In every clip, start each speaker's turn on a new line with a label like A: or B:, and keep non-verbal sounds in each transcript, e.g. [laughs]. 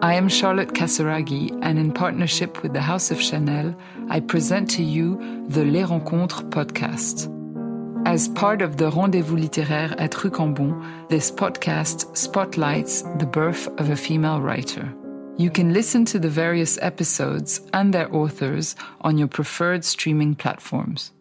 A: I am Charlotte Casaraghi, and in partnership with the House of Chanel, I present to you the Les Rencontres podcast. As part of the Rendezvous Littéraire at Rocambon, this podcast spotlights the birth of a female writer. You can listen to the various episodes and their authors on your preferred streaming platforms.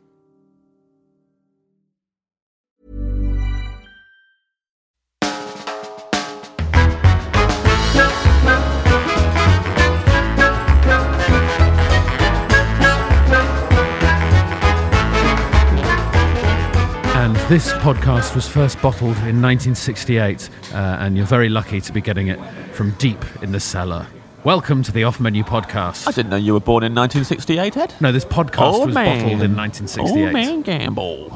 B: And this podcast was first bottled in 1968, uh, and you're very lucky to be getting it from deep in the cellar. Welcome to the Off Menu
C: I
B: Podcast.
C: didn't know you were born in 1968, Ed.
B: No, this podcast
D: Oh,
B: was bottled in 1968.
C: Old man Gamble.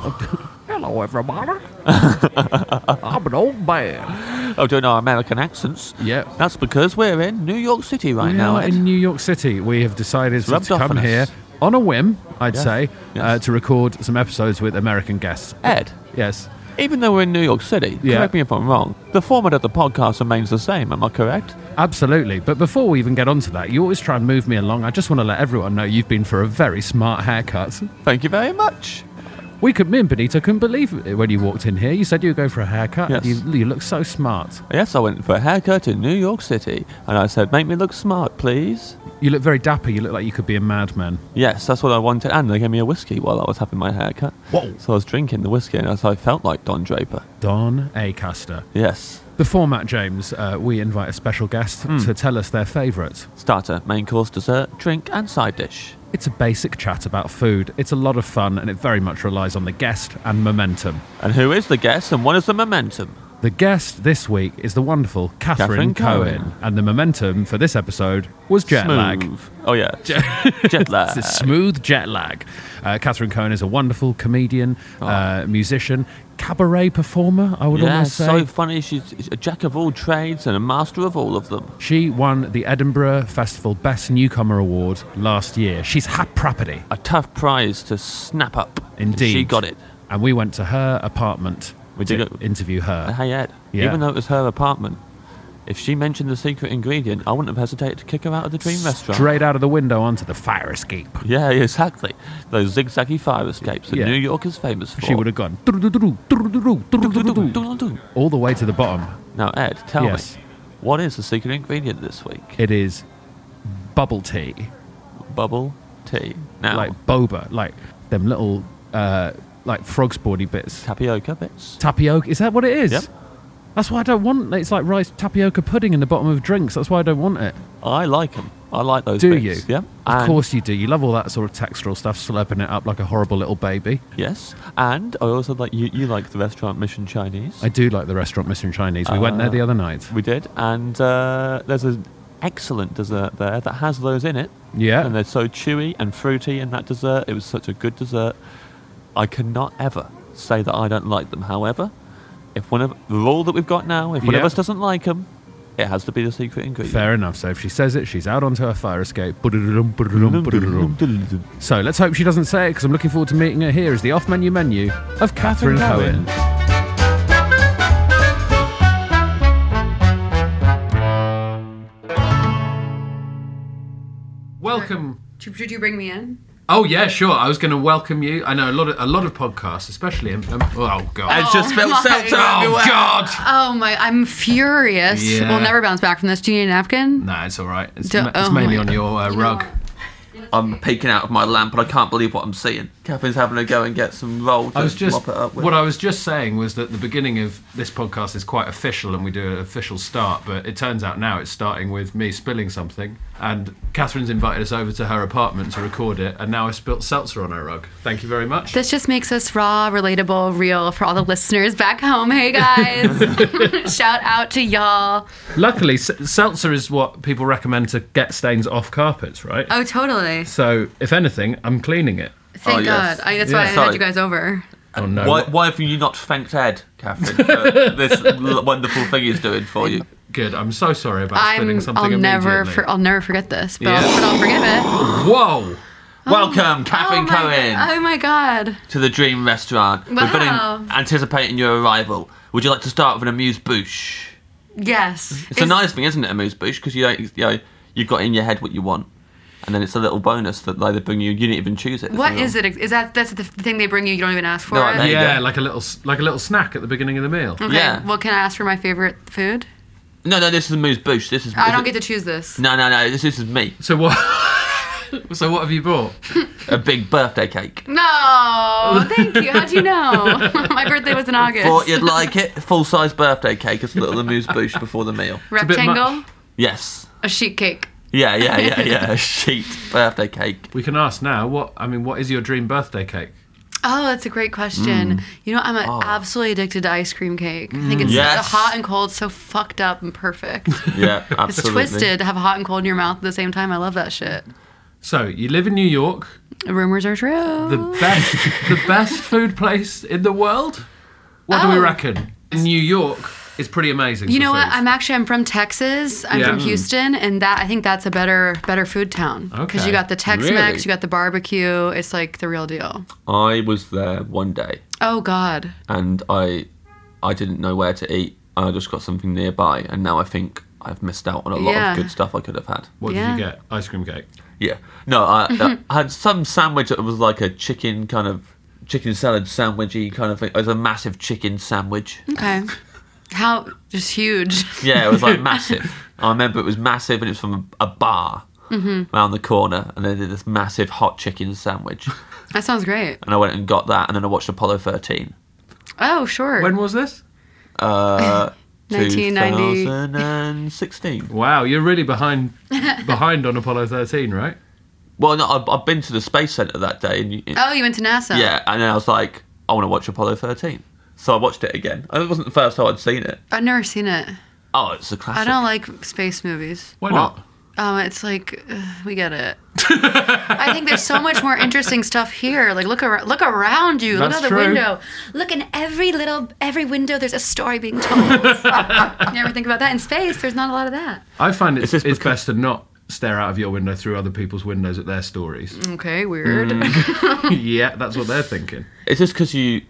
D: Hello,
B: [laughs]
D: everybody. I'm an old man.
C: Oh, doing our American accents.
B: Yep.
C: That's because we're in New York City right
B: We
C: now,
B: are
C: Ed.
B: in New York City. We have decided to
C: rubbed off
B: come
C: on us.
B: here on a whim, I'd
C: Yeah.
B: say, uh,
C: Yes.
B: to record some episodes with American guests.
C: Ed,
B: Yes.
C: even though we're in New York City,
B: Yeah.
C: correct me if I'm wrong, the format of the podcast remains the same, am I correct?
B: Absolutely. But before we even get onto that, you always try and move me along. I just want to let everyone know you've been for a very smart haircut.
C: Thank you very much.
B: We could, me and Benito couldn't believe it when you walked in here. You said you were going for a haircut.
C: Yes.
B: You, you look so smart.
C: Yes, I went for a haircut in New York City, and I said, make me look smart, please.
B: You look very dapper. You look like you could be a madman.
C: Yes, that's what I wanted, and they gave me a whiskey while I was having my haircut.
B: Whoa.
C: So I was drinking the whiskey, and so I felt like Don Draper.
B: Don Acaster.
C: Yes.
B: The format, James, uh, we invite a special guest to tell us their favourite.
C: Starter, main course, dessert, drink, and side dish.
B: It's a basic chat about food. It's a lot of fun and it very much relies on the guest and momentum.
C: And who is the guest and what is the momentum?
B: The guest this week is the wonderful Catherine,
C: Catherine
B: Cohen.
C: Cohen.
B: and the momentum for this episode was jet lag.
C: Smooth.
B: [laughs]
C: Oh, yeah. Jet lag.
B: It's a smooth jet lag. Uh, Catherine Cohen is a wonderful comedian, uh, musician, cabaret performer, I would
C: Oh. yeah,
B: almost say.
C: so funny. She's she's a jack of all trades and a master of all of them.
B: she won the Edinburgh Festival Best Newcomer Award last year. She's had property,
C: A tough prize to snap up.
B: indeed.
C: She got it.
B: And we went to her apartment
C: We
B: to
C: did go-
B: interview
C: And
B: her.
C: hey, Ed,
B: Yeah.
C: even though it was her apartment, if she mentioned the secret ingredient, I wouldn't have hesitated to kick her out of the dream restaurant.
B: Straight out of the window onto the fire escape.
C: Yeah, exactly. Those zigzaggy fire escapes that
B: Yeah.
C: New York is famous for.
B: She would have gone "Doo-doo-doo-doo, doo-doo-doo-doo, doo-doo-doo-doo,"
C: Now,
B: all the way to the bottom.
C: Ed, tell
B: Yes.
C: me, what is the secret ingredient this week?
B: It is bubble tea.
C: Bubble tea. Now,
B: like boba, like them little uh, like frog sporty bits.
C: tapioca bits.
B: tapioca, is that what it is?
C: Yep.
B: That's why I don't want it. It's like rice tapioca pudding in the bottom of drinks. That's why I don't want it.
C: I like them. I like those.
B: Do you?
C: bits. Yeah.
B: Of
C: And-
B: course you do. You love all that sort of textural stuff, slurping it up like a horrible little baby.
C: Yes. And I also like you. You like the restaurant Mission Chinese.
B: I do like the restaurant Missing Chinese. We
C: Ah.
B: went there the other night.
C: we did, and uh, there's an excellent dessert there that has those in it.
B: Yeah.
C: And they're so chewy and fruity in that dessert. It was such a good dessert. I cannot ever say that I don't like them. However, if one of the rule that we've got now, if one of
B: Yeah.
C: us doesn't like them, it has to be the secret ingredient.
B: Fair enough. So if she says it, she's out onto her fire escape. Ba-da-da-dum, ba-da-da-dum, ba-da-da-dum. So let's hope she doesn't say it because I'm looking forward to meeting her here as the off menu menu of Catherine,
C: Catherine Cohen.
B: Cohen. Welcome.
E: Should, should you bring me in?
B: Oh yeah, sure. I was going to welcome you. I know a lot of a lot of podcasts, especially. Um, um, oh god.
C: It's just spilled
E: my
C: seltzer
E: God.
B: oh
C: everywhere.
B: god.
E: Oh my! I'm furious.
B: Yeah.
E: We'll never bounce back from this. Do you need a napkin?
B: Nah, it's all right. It's,
E: Duh,
B: ma- it's
E: oh
B: mainly
E: my
B: on
E: God.
B: your uh,
E: You know
B: rug.
E: what?
C: I'm peeking out of my lamp, and I can't believe what I'm seeing. Catherine's having to go and get some roll to
B: I was just
C: mop it up with.
B: what I was just saying was that the beginning of this podcast is quite official, and we do an official start. But it turns out now it's starting with me spilling something, and Catherine's invited us over to her apartment to record it, and now I spilt seltzer on her rug. Thank you very much.
E: This just makes us raw, relatable, real for all the listeners back home. Hey guys!
C: [laughs]
E: [laughs] Shout out to y'all.
B: Luckily, s- seltzer is what people recommend to get stains off carpets, right?
E: Oh, totally.
B: So, if anything, I'm cleaning it.
E: Thank
C: Oh, yes.
E: God. I, that's
B: Yeah.
E: why I
C: Sorry.
E: had you guys over.
B: Oh no!
C: why, why have you not thanked Ed, Catherine, for
B: [laughs]
C: this l- wonderful thing he's doing for you?
E: Oh
B: Good. I'm so sorry about spilling
E: I'm.
B: something
E: I'll never. oh.
B: immediately.
E: For, I'll never forget this. But,
B: Yeah.
E: I'll, but I'll forgive
C: [laughs]
E: it.
B: Whoa!
C: Welcome,
E: oh
C: Catherine
E: my,
C: Cohen,
E: Oh my God.
C: to the Dream Restaurant. We've been
E: Wow.
C: in, anticipating your arrival. Would you like to start with an amuse bouche?
E: Yes.
C: It's, a nice thing, isn't it, amuse bouche? Because you don't, you know, you've got in your head what you want, and then it's a little bonus that like, they bring you. You didn't even choose it.
E: What is it? Is that that's the thing they bring you? You don't even ask for
C: No, I
E: it.
C: There you
B: yeah,
C: go.
B: like a little, s- like a little snack at the beginning of the meal.
E: Okay.
C: Yeah.
E: Well, can I ask for my favorite food?
C: No, no, this is amuse bouche. This is.
E: I don't get to choose this.
C: No, no, no. This, this is me.
B: So what? [laughs] so what have you bought?
C: A big birthday cake.
E: No,
C: [laughs]
E: thank you. How'd you know? [laughs] my birthday was in August.
C: Thought
E: [laughs]
C: you'd like it. Full size birthday cake as a little amuse bouche before the meal.
B: bit
E: Rectangle,
B: much.
C: Yes.
E: a sheet cake.
C: Yeah, yeah, yeah,
E: [laughs]
C: yeah. A sheet birthday cake.
B: We can ask now. What I mean, what is your dream birthday cake?
E: Oh, that's a great
C: Mm.
E: question. You know, I'm uh, absolutely addicted to ice cream cake. I think it's
C: Oh. Yes.
E: the hot and cold, so fucked up
C: [laughs]
E: and perfect.
C: Yeah,
E: It's
C: absolutely.
E: twisted to have hot and cold in your mouth at the same time. I love that shit.
B: So you live in New York,
E: Rumors are true.
B: the best, the best food place in the world. What do we
E: Oh.
B: reckon? New York is pretty amazing.
E: you
B: for
E: know what?
B: food.
E: I'm actually I'm from Texas. I'm
B: Yeah.
E: from
B: Mm.
E: Houston, and that I think that's a better better food town because
B: Okay.
E: you got the Tex-Mex,
C: Really?
E: you got the barbecue. It's like the real deal.
C: I was there one day
E: Oh God.
C: and I I didn't know where to eat. I just got something nearby and now I think I've missed out on a lot
E: Yeah.
C: of good stuff I could have had.
B: What
E: Yeah.
B: did you get? Ice cream cake.
C: Yeah. No, I,
E: [laughs]
C: I had some sandwich that was like a chicken kind of chicken salad sandwichy kind of thing. It was a massive chicken sandwich.
B: [laughs]
E: Okay. How just huge.
C: Yeah, it was
E: [laughs]
C: like massive. I remember it was massive, and it was from a bar
E: Mm-hmm.
C: around the corner, and they did this massive hot chicken sandwich,
E: That sounds great.
C: and I went and got that, and then I watched Apollo 13.
E: Oh sure.
B: When was this?
C: Uh,
E: 1990.
C: 2016.
B: Wow, you're really
E: [laughs]
B: behind behind on Apollo 13, right?
C: Well, no, I've, I've been to the space center that day, and you,
E: oh, you went to NASA.
C: yeah, and then I was like, I want to watch Apollo 13, so I watched it again. And it wasn't the first time I'd seen it.
E: I've never seen it.
C: Oh, it's a classic.
E: I don't like space movies.
B: Why
C: Well,
B: not?
E: Um, it's like uh, we get it.
B: [laughs]
E: I think there's so much more interesting stuff here. Like look around, look around you.
B: That's
E: look out the
B: true.
E: window. Look in every little every window. There's a story
C: [laughs]
E: being told. you ever think about that? In space, there's not a lot of that.
B: I find it's,
C: this
B: it's best to not stare out of your window through other people's windows at their stories.
E: Okay, weird.
B: [laughs]
C: Mm.
E: [laughs]
B: yeah, that's what they're thinking.
C: It's just because you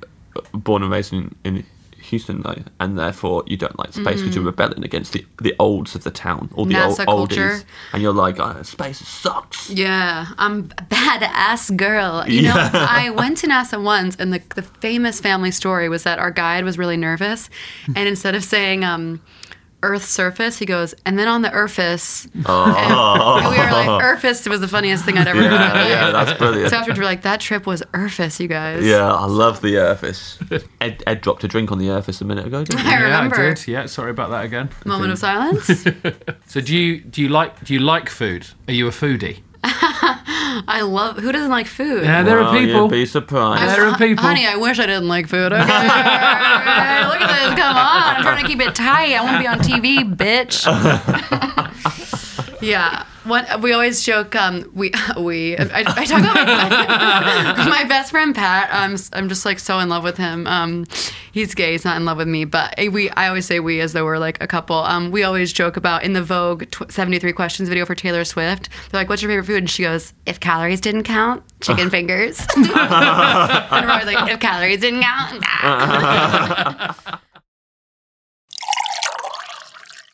C: were born and raised in, in Houston, though, and therefore you don't like space because you're rebelling against the, the olds of the town, all the
E: Mm. NASA
C: old,
E: culture.
C: oldies, and you're like, oh, space sucks.
E: Yeah, I'm a badass girl. You know, I went to NASA once, and the, the famous family story was that our guide was really nervous, and instead of saying um, Earth surface, he goes, and then on
C: [laughs]
E: the Earthus. And we were like, Earthus was the funniest thing I'd ever heard. in my
C: Oh. Yeah,
E: life.
C: yeah, that's brilliant.
E: So afterwards, we we're like, that trip was Earthus, you guys.
C: Yeah, I love the Earthis. Ed, Ed dropped a drink on the Earthis a minute ago, didn't he?
E: [laughs] I remember.
B: Yeah, I did. Yeah, sorry about that again.
E: Moment of silence.
B: So do you do you like do you like food? Are you a foodie?
E: I love. Who doesn't like food?
B: Yeah, there
C: Well,
B: are people.
C: Oh, You'd be surprised.
B: there are people.
E: Honey, I wish I didn't
B: [laughs]
E: like food. Okay. Look at this. Come on. I'm trying to keep it tight. I want to be on TV, bitch. yeah. One, we always joke, um, we, [laughs] we, I, I talk about my, my best friend [laughs] Pat. I'm, s- I'm just like so in love with him. Um, he's gay. He's not in love with me, but we, I always say we as though we're like a couple. Um, we always joke about in the Vogue tw- 73 questions video for Taylor Swift. They're like, what's your favorite food? And she goes, if calories didn't count,
B: [laughs]
E: chicken fingers. [laughs] And we're always like, if calories didn't count. nah."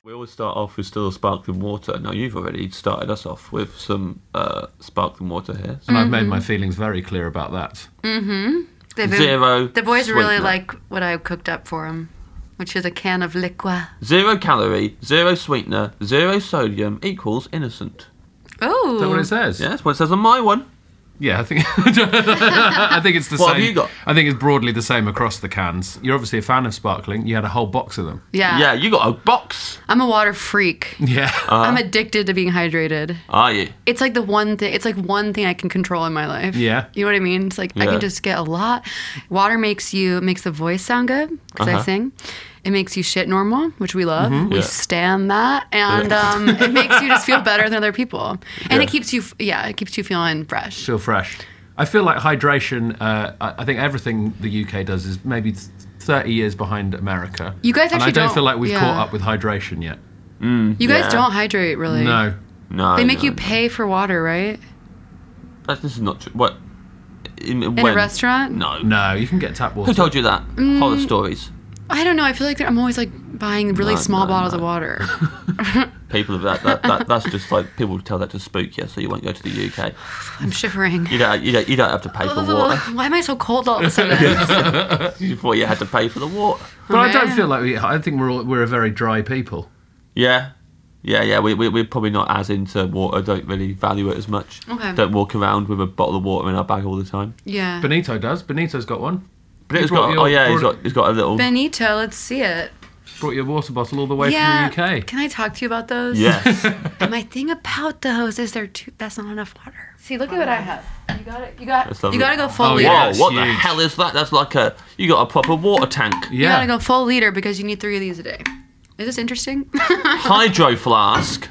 C: We always start off with still sparkling water. Now you've already started us off with some uh, sparkling water here. So
B: And I've
E: Mm-hmm.
B: made my feelings very clear about that.
E: They've been-
C: Zero
E: The boys really
C: sweetener.
E: like what I cooked up for them, which is a can of liqua.
C: Zero calorie, zero sweetener, zero sodium equals innocent.
E: Oh,
B: Is that what it says?
C: Yeah, that's what it says on my one.
B: Yeah, I think [laughs] I think it's the
C: What
B: same.
C: have you got?
B: I think it's broadly the same across the cans. You're obviously a fan of sparkling. You had a whole box of
C: [laughs]
B: them.
E: yeah.
C: yeah, you got a box.
E: I'm a water freak.
B: Yeah.
E: I'm addicted to being hydrated.
C: Are you?
E: It's like the one thing. It's like one thing I can control in my life.
B: Yeah.
E: You know what I mean? It's like I
C: Yeah.
E: can just get a lot. Water makes you makes the voice sound good because
B: Uh-huh.
E: I sing. It makes you shit normal, which we love.
B: Mm-hmm.
E: We
C: Yeah.
E: stand that, and um, it makes you just feel better than other people,
B: [laughs]
E: and it keeps you. f- Yeah, it keeps you feeling fresh.
B: feel fresh. I feel like hydration. Uh, I I think everything the UK does is maybe th- thirty years behind America.
E: You guys
B: and I
E: actually
B: don't,
E: don't-
B: feel like we've
E: yeah.
B: caught up with hydration yet.
E: You guys
C: Yeah.
E: don't hydrate really.
B: No,
C: No.
E: They make
C: no,
E: you
C: no.
E: pay for water, right?
C: That- this is not true. What? In,
E: In a Mm. restaurant?
C: No.
B: no, you can get tap
C: Who
B: water.
C: told you that? Horror stories.
E: I don't know. I feel like I'm always like buying really
C: No,
E: small
C: no,
E: bottles
C: no.
E: of water.
C: People of that, that,
E: [laughs]
C: that that's just like people tell that to spook you, so you won't go to the UK. [laughs]
E: I'm shivering.
C: You don't you don't, you don't have to pay for
E: [laughs]
C: water.
E: Why am I so cold all of a sudden?
C: [laughs]
E: [laughs]
C: You thought you had to pay for the water.
B: But I don't
E: Yeah.
B: feel like we. I think we're all, we're a very dry people.
C: Yeah. Yeah, yeah, we, we, we're probably not as into water, don't really value it as much.
E: Okay.
C: Don't walk around with a bottle of water in our bag all the time.
E: yeah.
B: Benito does. Benito's got one.
C: But it's
B: brought
C: got,
B: your-
C: oh yeah, he's
B: brought-
C: got, he's got a little, [laughs]
E: Benito, let's see it.
B: Brought your water bottle all the way
E: yeah.
B: from the UK.
E: Can I talk to you about those?
C: yes.
B: [laughs]
E: And my thing about those is they're too. That's not enough water. See, look at what I have. You got it. You
C: That's
E: got.
C: lovely.
E: You got to go full
B: Oh,
E: liter.
B: yeah.
C: Whoa,
B: it's
C: what the
B: huge.
C: hell is that? That's like a, you got a proper water tank.
E: You
B: yeah.
E: got to go full liter because you need three of these a day. Is this interesting? [laughs]
C: Hydro flask.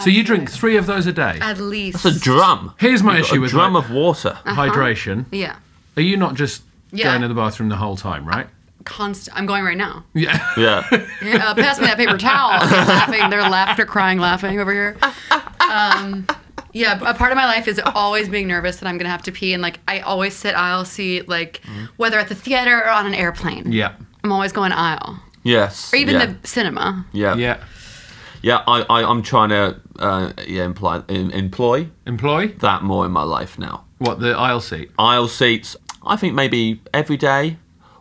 B: so you drink three of those a day.
E: At least.
C: It's a drum.
B: Here's my
C: You've got
B: issue
C: a
B: with
C: drum
B: my-
C: of water.
B: Hydration.
E: Yeah.
B: Are you not just
E: Yeah.
B: going to the bathroom the whole time, right?
E: Constant. I'm going right now.
B: Yeah.
C: Yeah.
B: [laughs]
E: Yeah, uh, pass me that paper towel. They're laughing. They're laughter, crying, laughing over here. Um, yeah, a part of my life is always being nervous that I'm gonna have to pee, and like I always sit aisle seat, like whether at the theater or on an airplane.
B: Mm-hmm. yeah.
E: I'm always going aisle,
C: yes.
E: or even
C: yeah.
E: the cinema.
C: Yeah.
B: Yeah.
C: Yeah, I, I, I'm trying to uh, yeah, imply, em- employ
B: Employ?
C: that more in my life now.
B: What, the aisle seat?
C: Aisle seats, I think maybe every day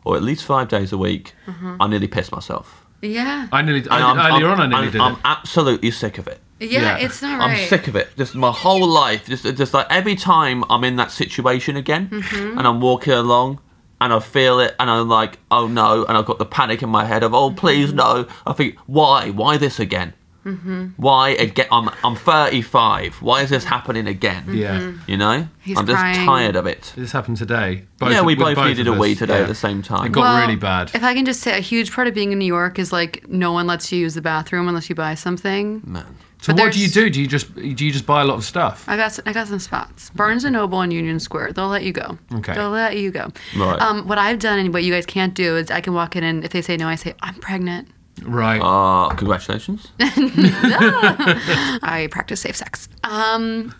C: or at least five days a week,
E: Mm-hmm.
C: I nearly piss myself.
E: Yeah,
B: I nearly, I,
C: And
B: did-
C: I'm-
B: earlier on
C: I'm-
B: I nearly
C: I'm-
B: did
C: I'm
B: it.
C: absolutely sick of it.
E: yeah,
B: Yeah.
E: it's not right.
C: I'm sick of it. Just my whole life. Just, just like every time I'm in that situation again,
E: Mm-hmm.
C: and I'm walking along, and I feel it, and I'm like, oh no, and I've got the panic in my head of, oh
E: Mm-hmm.
C: please no. I think, why, why this again?
E: Mm-hmm.
C: Why again? I'm I'm 35. Why is this happening again?
B: Yeah.
C: You know,
E: Mm-hmm. He's
C: I'm just
E: crying.
C: tired of it.
B: This happened today. Both,
C: yeah, we
B: with
C: both, needed a
B: of
C: wee
B: us.
C: today
B: Yeah.
C: at the same
B: It
C: time.
B: got
E: Well,
B: really bad.
E: If I can just say, a huge part of being in New York is like no one lets you use the bathroom unless you buy something.
C: Man.
B: So
E: but
B: what do you
E: there's-
B: do?
E: Uh,
B: Do you just do you just buy a lot of stuff?
E: I got s- I got some spots. Barnes and Noble and Union Square. They'll let you go.
B: Okay.
E: They'll let you go.
C: Right.
E: Um, what I've done and what you guys can't do is I can walk in and if they say no, I say I'm pregnant.
B: Right.
C: Uh,
E: [laughs]
C: congratulations.
E: I practice safe sex. Um,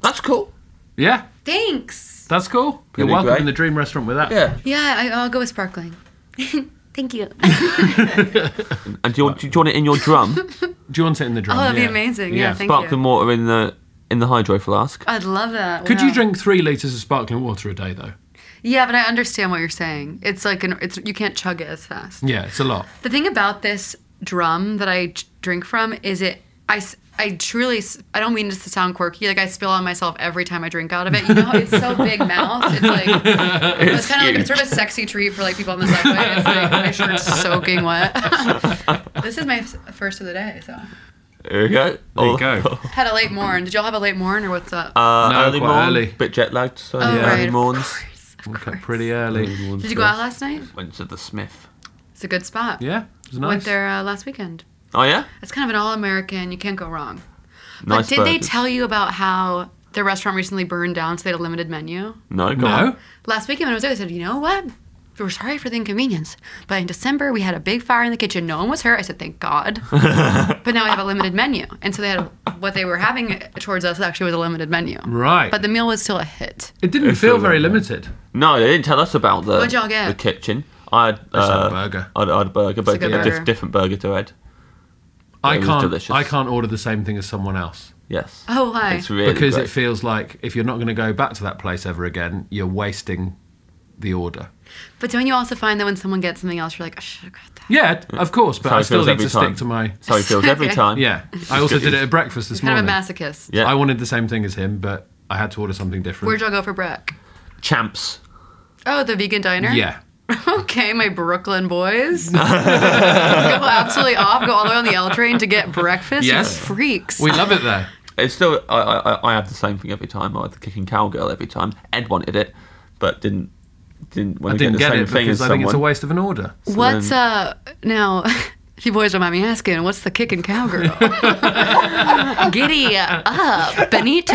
C: That's cool.
B: yeah.
E: thanks.
B: That's cool. You're
C: Pretty
B: welcome
C: great.
B: in the dream restaurant with that.
C: Yeah.
E: Yeah, I, I'll go with sparkling. [laughs] Thank you.
C: And do you, want, do you want it in your
E: [laughs]
C: drum?
B: Do you want it in the dream?
E: Oh, that'd be
B: Yeah.
E: amazing. Yeah, thank
C: Sparkling
E: you.
C: water in the in the hydro flask.
E: I'd love that.
B: Could
E: Wow.
B: you drink three liters of sparkling water a day though?
E: Yeah, but I understand what you're saying. It's like an it's you can't chug it as fast.
B: Yeah, it's a lot.
E: The thing about this drum that I j- drink from is it I s- I truly s- I don't mean just to sound quirky like I spill on myself every time I drink out of it. You know, it's so big mouth. It's like it's, kind of like it's sort of a sexy treat for like people on the subway. It's like my shirt's soaking wet. [laughs] this is my s- first of the day, so
C: There you go.
B: [laughs] There you Oh,
C: [laughs]
B: go.
E: had a late morn. Did y'all have a late morn or what's up?
C: Uh,
B: No,
C: early
B: quite
C: morn,
B: early.
C: Bit jet lagged, so
E: Oh,
C: yeah.
E: right,
C: early
E: of
C: morns.
B: Woke up pretty early.
C: Early morns
E: Did you go out
C: first.
E: last night?
C: Went to the Smith.
E: It's a good spot.
B: Yeah, it was nice.
E: Went there uh, last weekend.
C: Oh yeah.
E: It's kind of an all-American. You can't go wrong.
C: Nice
E: but did they
C: burgers.
E: tell you about how their restaurant recently burned down, so they had a limited menu?
C: No. Go
B: No.
C: On.
E: Last weekend when I was there, they said, you know what? We're sorry for the inconvenience, but in December we had a big fire in the kitchen. No one was hurt. I said,
B: [laughs]
E: thank God. but now we have a limited menu, and so they had what they were having towards us actually was a limited menu.
B: Right.
E: But the meal was still a hit.
B: It didn't feel very limited.
C: No, they didn't tell us about the
E: What'd y'all get?
C: the kitchen. I I had,
B: I just had a
C: uh,
B: burger.
C: I had, I had a burger, but
E: a good
C: a diff-
E: burger.
C: different burger to Ed.
B: I
C: It was
B: can't.
C: delicious.
B: I can't order the same thing as someone else
C: Yes.
E: Oh, why?
C: It's really
B: because
C: great.
B: it feels like if you're not going to go back to that place ever again, you're wasting the order.
E: But don't you also find that when someone gets something else, you're like, "Oh, I should have got that.
B: Yeah, of course, but
C: That's how
B: I
C: it
B: still
C: feels
B: need
C: every
B: to
C: time.
B: stick to my.
C: That's how he feels every
E: [laughs] Okay.
C: time.
B: Yeah, I also
C: good.
B: did it at breakfast this
E: Kind
B: morning.
E: of a masochist.
C: Yeah.
B: I wanted the same thing as him, but I had to order something different.
E: Where'd y'all go for Breck?
C: Champs.
E: Oh, the vegan diner?
B: yeah,
E: [laughs] Okay, my Brooklyn
B: [laughs]
E: boys. go absolutely off, go all the way on the L train to get breakfast. You
B: Yes.
E: freaks.
B: we love it
C: [laughs]
B: there.
C: It's still. I, I, I- I have the same thing every time. I had the kicking cowgirl every time. Ed wanted it, but didn't didn't
B: I
C: want to
B: didn't
C: get the
B: get
C: same
B: it
C: thing as
B: because I
C: someone.
B: think it's a waste of an order.
E: What's uh now? [laughs] If you boys don't mind me asking, what's the kicking
B: [laughs]
E: cowgirl? Giddy up, Benito.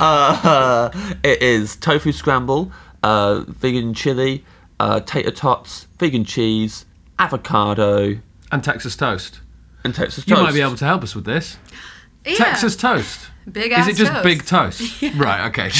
C: uh, [laughs] it is tofu scramble, uh, vegan chili, uh, tater tots, vegan cheese, avocado,
B: And Texas toast.
C: and Texas toast.
B: You might be able to help us with this.
E: Yeah.
B: Texas toast.
E: Big
B: Is
E: ass
B: it just
E: toast.
B: big toast?
E: [laughs]
B: Right. Okay. [laughs]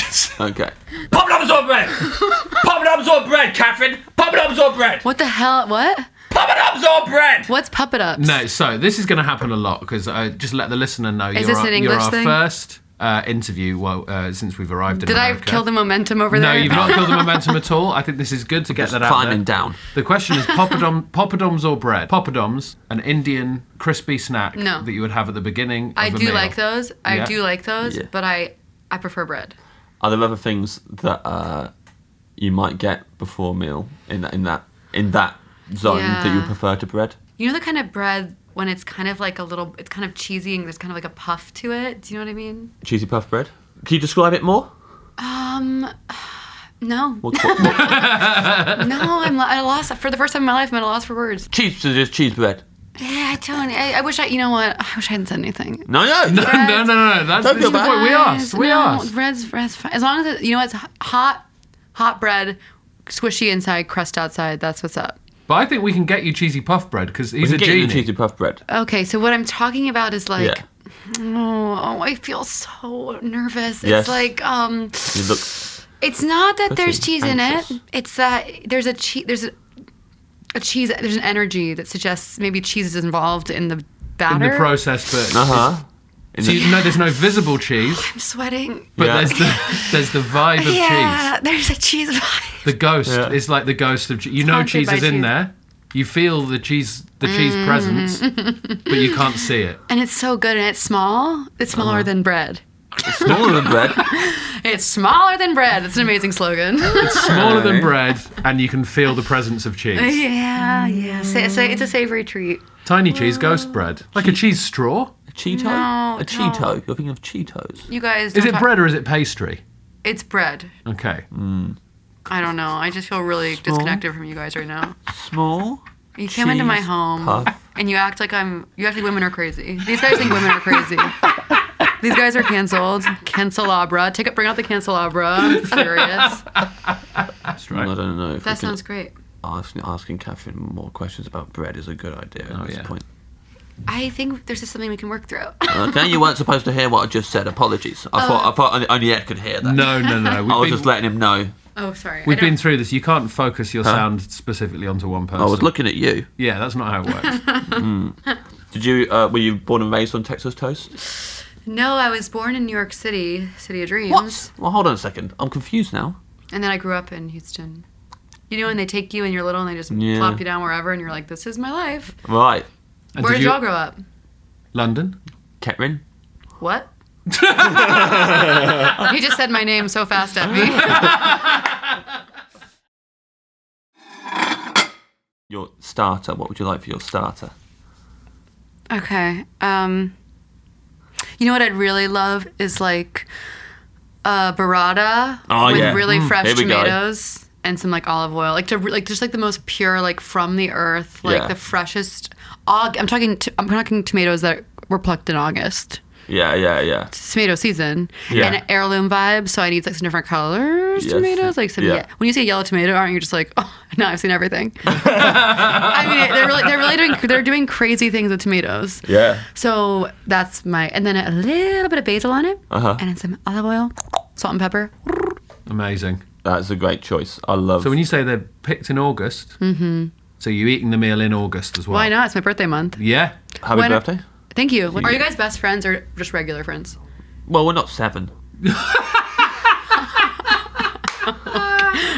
C: Okay. Poppadoms or bread? Poppadoms or bread, Catherine? Poppadoms or bread?
E: What the hell? What?
C: Poppadoms or bread?
E: What's puppet ups?
B: No, so this is going to happen a lot because I just let the listener know you're
E: this
B: our,
E: an
B: you're
E: English
B: our
E: thing?
B: first uh, interview well, uh, since we've arrived in
E: Did I
B: America.
E: kill the momentum over
B: No,
E: there?
B: you've not
E: [laughs]
B: killed the momentum at all. I think this is good to get
C: Just
B: that out
C: climbing
B: there.
C: down.
B: The question
E: [laughs]
B: is poppadom, poppadoms or bread? Poppadoms, an Indian crispy snack
E: No.
B: that you would have at the beginning of
E: I
B: a
E: do
B: meal.
E: like those. I
B: Yeah.
E: do like those,
C: Yeah.
E: but I I prefer bread.
C: Are there other things that uh, you might get before a meal in that in that in that zone that you
E: Yeah.
C: prefer to bread?
E: You know the kind of bread when it's kind of like a little, it's kind of cheesy and there's kind of like a puff to it. Do you know what I mean?
C: Cheesy puff bread. Can you describe it more?
E: No,
C: What,
B: [laughs]
C: what, what?
E: no, I'm lo- I lost for the first time in my life. I'm at a loss for words.
C: cheese, so just cheese bread.
E: Yeah, I don't. I, I wish I. You know what? I wish I hadn't said anything.
C: No, no.
B: [laughs] No, no, no, no. That's
C: Don't
B: this is
C: feel
B: the
C: bad.
B: point we asked. We
E: no,
B: asked.
E: Bread's bread's fine. As long as it, you know it's h- hot, hot bread, squishy inside, crust outside. That's what's up.
B: But I think we can get you cheesy puff bread because [laughs]
C: We
B: he's
C: can
B: a
C: get
B: genie.
C: you the cheesy puff bread.
E: Okay, so what I'm talking about is like.
C: Yeah.
E: Oh, oh, I feel so nervous.
C: Yes.
E: It's like um,
C: You look.
E: it's not that there's
C: Pussy,
E: cheese in
C: anxious.
E: it. It's that there's a cheese. There's a, a cheese. There's an energy that suggests maybe cheese is involved in the
B: in
E: batter.
B: the process, but
C: Uh huh.
B: so you, no, there's no visible cheese,
E: I'm sweating.
B: but
C: Yeah.
B: there's the there's the vibe of
E: yeah, there's a cheese vibe.
B: cheese. The ghost
C: Yeah.
B: is like the ghost of cheese. You know
E: haunted
B: cheese
E: by
B: is in
E: cheese.
B: there. You feel the cheese the cheese presence,
E: Mm.
B: but you can't see it.
E: And it's so good and it's small. It's
B: Uh-huh.
E: smaller than bread.
C: Smaller than bread.
E: It's smaller than bread. That's an amazing slogan.
B: [laughs] It's smaller than bread, and you can feel the presence of cheese.
E: [laughs] yeah, yeah. Sa- sa- it's a savory treat.
B: Tiny cheese ghost bread, like a cheese straw.
C: A Cheeto?
E: No,
C: a Cheeto. You're thinking of Cheetos.
E: You guys.
B: Is
E: don't
B: it
E: talk-
B: bread or is it pastry?
E: It's bread.
B: Okay.
C: Mm.
E: I don't know. I just feel really disconnected from you guys right now.
C: Small.
E: You came into my
C: Cheese
E: home
C: puff.
E: and you act like I'm. You act like women are crazy. These guys think women are
B: [laughs]
E: crazy. These guys are canceled. Cancelabra. Take up. Bring out the cancelabra. I'm
B: [laughs]
E: furious.
B: That's right.
C: I don't know if we
E: That
C: can
E: sounds great.
C: Ask, asking Catherine more questions about bread is a good idea at this
B: Oh, yeah.
C: point.
E: I think there's just something we can work
B: [laughs]
E: through.
C: Okay, you weren't supposed to hear what I just said. Apologies. I thought I thought only- only Ed could hear that.
B: No, no,
C: [laughs]
B: no. We've
C: I was
B: been,
C: just letting him know.
E: Oh, sorry. I
B: we've
E: don't-
B: been through this. You can't focus your sound specifically onto one person.
C: Oh, I was looking at you.
B: Yeah, that's not how it works.
E: [laughs]
C: Did you? Uh, were you born and raised on Texas toast?
E: No, I was born in New York City, City of Dreams.
C: Well, hold on a second. I'm confused now.
E: And then I grew up in Houston. You know, when they take you and you're little and they just
C: Yeah.
E: plop you down wherever and you're like, this is my life.
C: Right,
B: And
E: Where
B: did
E: did
B: you-
E: y'all grow up?
B: London.
C: Catherine.
B: [laughs]
E: What? he just said my name so fast at me.
C: Your starter. What would you like for your starter?
E: Okay. Um, you know what I'd really love is like a burrata
C: Oh,
E: with
C: yeah.
E: really
C: Mm.
E: fresh
C: Here we go.
E: tomatoes and some like olive oil, like to re- like just like the most pure, like from the earth, like
C: Yeah.
E: the freshest. Aug- I'm talking. T- I'm talking tomatoes that were plucked in August.
C: Yeah, yeah, yeah.
E: tomato season
C: Yeah.
E: and an heirloom vibe. So I need like some different colors
C: Yes.
E: tomatoes, like some.
C: Yeah.
E: ye- when you say yellow tomato, aren't you just like, oh, [laughs] now I've seen everything? [laughs] I mean, they're really, they're really doing, they're doing crazy things with tomatoes.
C: Yeah.
E: So that's my, and then a little bit of basil on it, uh-huh. and then some olive oil, salt and pepper.
B: Amazing.
C: That's a great choice. I love.
B: So when you say they're picked in August, mm-hmm. so you're eating the meal in August as well.
E: Why not? It's my birthday month.
B: Yeah.
C: Happy
E: when-
C: birthday.
E: Thank you. Are you guys best friends or just regular friends?
C: Well, we're not seven.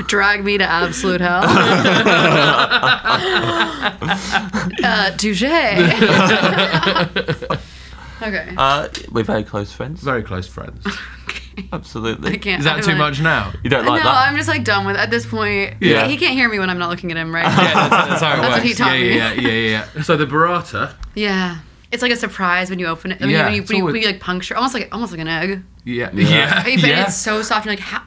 E: Drag me to absolute hell. uh, Uh, touche. [laughs] okay.
C: Uh, we're very close friends.
B: Very close
E: [laughs]
B: friends.
E: I
C: Absolutely.
E: can't.
B: Is
E: I
B: that too
E: don't like-
B: much now?
C: You don't like
E: no,
C: that.
E: I'm just like done with. At this point,
B: Yeah.
E: he can't hear me when I'm not looking at him, right?
B: Yeah, that's, that's how it
E: That's what
B: works.
E: he taught
B: yeah, yeah, yeah, yeah, yeah. So the burrata.
E: Yeah. It's like a surprise when you open it. I mean,
B: Yeah,
E: when you,
B: it's
E: when you,
B: always-
E: when you, like puncture, almost like almost like an egg.
B: Yeah, yeah,
E: But it's so soft. You're like, how?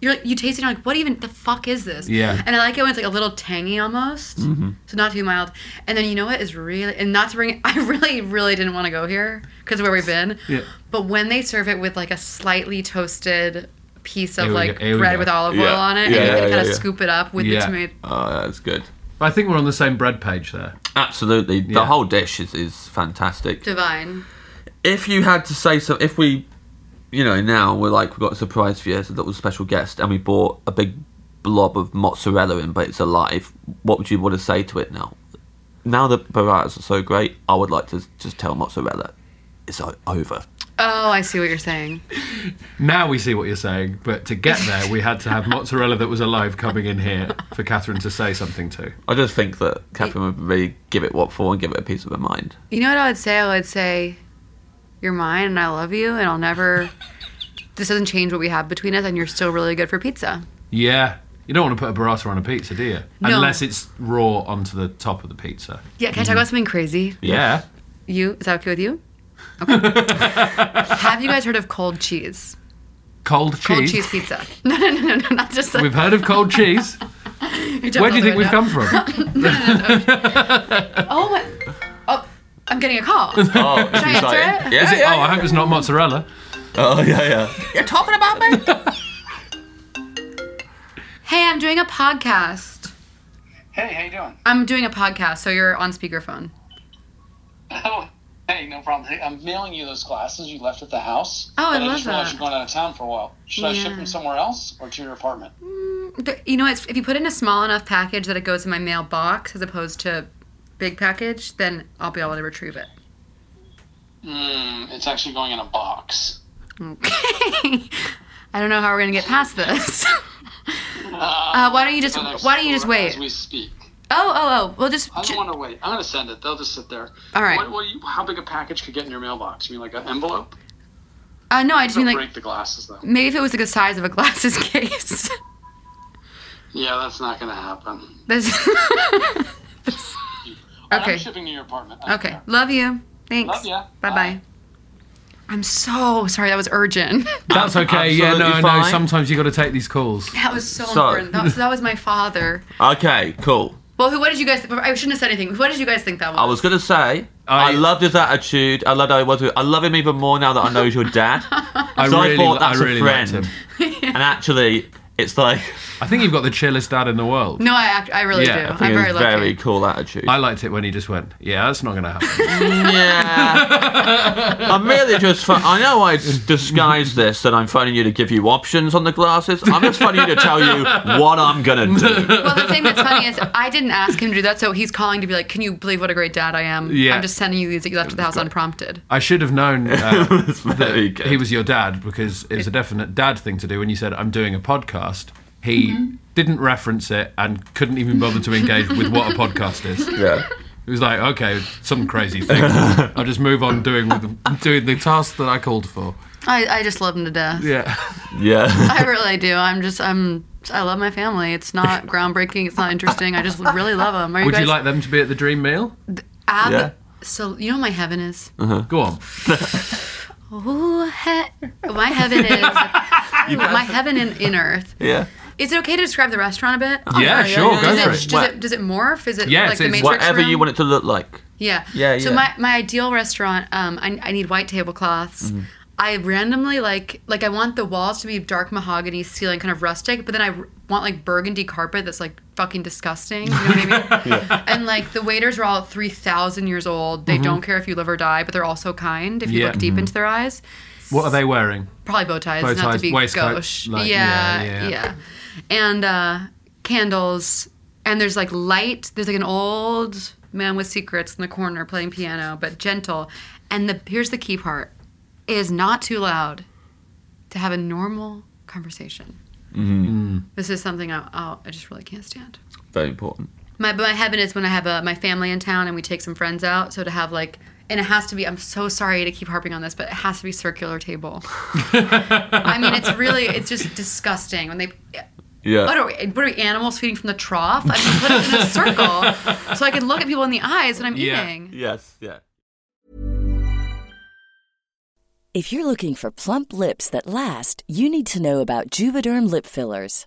E: You're like, you taste it. You're like, what even the fuck is this?
B: Yeah. Mm-hmm.
E: And I like it when it's like a little tangy almost, so not too mild. And then you know what is really and not to bring. [laughs] I really, really didn't want to go here because of where we've been.
B: Yeah.
E: But when they serve it with like a slightly toasted piece of
B: Here we
E: like
B: go, here we
E: bread
B: go.
E: with olive oil
C: Yeah.
E: on it,
C: Yeah,
E: and you
C: yeah,
E: can
C: yeah,
E: kind of
C: yeah.
E: scoop it up with
B: Yeah.
E: the tomato.
C: Oh, that's good.
B: I think we're on the same bread page there.
C: Absolutely.
B: Yeah.
C: The whole dish is, is fantastic.
E: Divine.
C: If you had to say so, if we, you know, now we're like, we've got a surprise for you as a little special guest, and we bought a big blob of mozzarella in, but it's alive, what would you want to say to it now? Now that burratas are so great, I would like to just tell mozzarella it's o- over.
E: Oh, I see what you're saying.
B: Now we see what you're saying, but to get there, we had to
E: [laughs]
B: have mozzarella that was alive coming in here for Catherine to say something to.
C: I just think that Catherine would really give it what for and give it a piece of
B: [laughs]
C: her mind.
E: You know what I would say? I would say, "You're mine, and I love you, and
B: [laughs]
E: I'll never." This doesn't change what we have between us, and you're still really good for pizza.
B: Yeah. You don't want to put a burrata on a pizza, do you?
E: No.
B: Unless it's raw onto the top of the pizza.
E: Yeah, can I talk about something crazy?
B: Yeah.
E: You is that okay with you?
B: [laughs]
E: Okay. have you guys heard of cold cheese?
B: Cold cheese.
E: Cold cheese pizza. [laughs] No, no, no, no, no not just. Like,
B: [laughs] We've heard of cold cheese. Where do you think we've come
E: [laughs]
B: from?
E: Oh my! Oh, I'm getting
B: [laughs]
E: a call. Should
C: Oh,
E: I answer it?
C: Yeah,
B: Oh, I hope it's not mozzarella.
C: Oh, yeah, yeah.
E: You're talking
B: [laughs]
E: about me. hey, I'm doing a podcast.
F: Hey, how you doing?
E: I'm doing a podcast, so you're on speakerphone.
F: Oh, [laughs] hey, no problem. Hey, I'm mailing you those glasses you left at the house.
E: Oh, I
F: but I
E: love
F: just realized
E: that.
F: you're going out of town for a while. Should I ship
E: Yeah.
F: them somewhere else or to your apartment?
E: The- You know, it's, if you put in a small enough package that it goes in my mailbox as opposed to big package, then I'll be able to retrieve it.
F: Mm, it's actually going in a box.
E: Okay. [laughs] I don't know how we're gonna get past this. [laughs] Uh, why don't you just
F: But I
E: Why don't you just
F: store it
E: wait?
F: As
E: Oh,
F: we speak.
E: oh, oh. Well, just
F: I
E: ju-
F: don't want to wait. I'm going to send it. They'll just sit there.
E: All right.
F: What, what do you, how big a package could get in your mailbox? You mean like an envelope?
E: uh, no. I just
F: Don't
E: mean like
F: break the glasses, though.
E: maybe if it was like the size of a glasses [laughs] case.
F: Yeah, that's not going to happen. [laughs]
E: That's- Okay.
F: I'm shipping to your apartment. I don't
E: okay.
F: care.
E: Love you. Thanks.
F: Love ya.
E: Bye bye.
F: Bye.
E: I'm so sorry. That was urgent. [laughs]
B: That's okay. Yeah, no,
C: Absolutely
B: no.
C: fine.
B: Sometimes you got to take these calls.
E: that was so
C: So-
E: important. That was, that was my father.
C: Okay, cool.
E: Well, who? What did you guys? I shouldn't have said anything. What did you guys think that was?
C: I was gonna say,
B: I-
C: I, loved his attitude. I loved how he was. With, I love him even more now that I know he's
B: [laughs]
C: your dad.
B: I
C: So I
B: really,
C: thought that's
B: I really
C: a friend.
B: liked him.
C: [laughs] and actually, it's like
B: I think you've got the chillest dad in the world.
E: No, I act, I really
B: Yeah, I
E: do.
B: think
C: he
E: I'm
C: was
E: very lucky.
C: very cool attitude. Mm,
B: I liked it when he just went, yeah, that's not going to happen.
C: yeah, I'm really just. Pho- I know I disguised this that I'm phoning you to give you options on the glasses. I'm just phoning you to tell you what I'm gonna do. [laughs]
E: Well, the thing that's
B: [laughs]
E: funny is I didn't ask him to do that, so he's calling to be like, "Can you believe what a great dad I am?
B: Yeah.
E: I'm just sending you these that you left at the house unprompted."
B: I should have known uh,
C: [laughs] It's very
B: that
C: good.
B: he was your dad because it was a definite dad thing to do. When you said, I'm doing a podcast, he
E: Mm-hmm.
B: didn't reference it and couldn't even bother to engage with what a podcast is.
C: yeah.
B: It was like, okay, some crazy
C: [laughs]
B: thing. I'll just move on doing with, doing the task that I called for.
E: I, I just love him to death.
B: Yeah.
C: Yeah. [laughs]
E: [laughs] I really do. I'm just I'm I love my family.
B: [laughs]
E: It's not groundbreaking. It's not interesting. I just really love them. Are you
B: Would
E: guys?
B: you like them to be at the dream meal?
E: ab-
C: Yeah.
E: So you know what my heaven is.
B: Go on.
E: Ooh, he- my
B: [laughs]
E: heaven is. my heaven in, in earth.
C: Yeah.
E: Is it okay to describe the restaurant a bit?
B: yeah,
C: yeah,
B: sure,
C: yeah,
B: go
E: Does,
C: yeah.
B: for
E: it,
B: it.
E: does it does it morph? Is it
B: Yes,
E: like the
B: it's
E: Matrix
C: Whatever
E: room?
C: you want it to look like.
E: Yeah.
C: Yeah,
E: So
C: yeah.
E: my, my ideal restaurant, um, I, I need white tablecloths.
B: Mm-hmm.
E: I randomly like like I want the walls to be dark mahogany, ceiling kind of rustic, but then I r- want like burgundy carpet that's like fucking disgusting. You know what I
B: [laughs]
E: mean? And like the waiters are all three thousand years old. They don't care if you live or die, but they're also kind if you
B: Mm-hmm. Yeah. Mm-hmm.
E: look deep into their eyes.
B: What are they wearing?
E: Probably bow ties,
B: Bow
E: not to
B: ties,
E: be
B: waistcoats,
E: gauche.
B: like-
E: yeah,
B: yeah,
E: yeah,
B: yeah.
E: and uh, candles. And there's like light. There's like an old man with secrets in the corner playing piano, but gentle. And the here's the key part: it is not too loud to have a normal conversation.
B: Mm.
E: This is something I, I'll, I just really can't stand.
C: Very important.
E: My but my heaven is when I have uh my family in town and we take some friends out. So to have like, and it has to be. I'm so sorry to keep harping on this, but it has to be circular table. I mean, it's really it's just disgusting when they.
C: Yeah.
E: What are, we, what are we animals feeding from the trough? I mean, put it in a circle so I can look at people in the eyes when I'm
B: Yeah.
E: eating.
C: Yes. Yeah.
G: If you're looking for plump lips that last, you need to know about Juvederm lip fillers.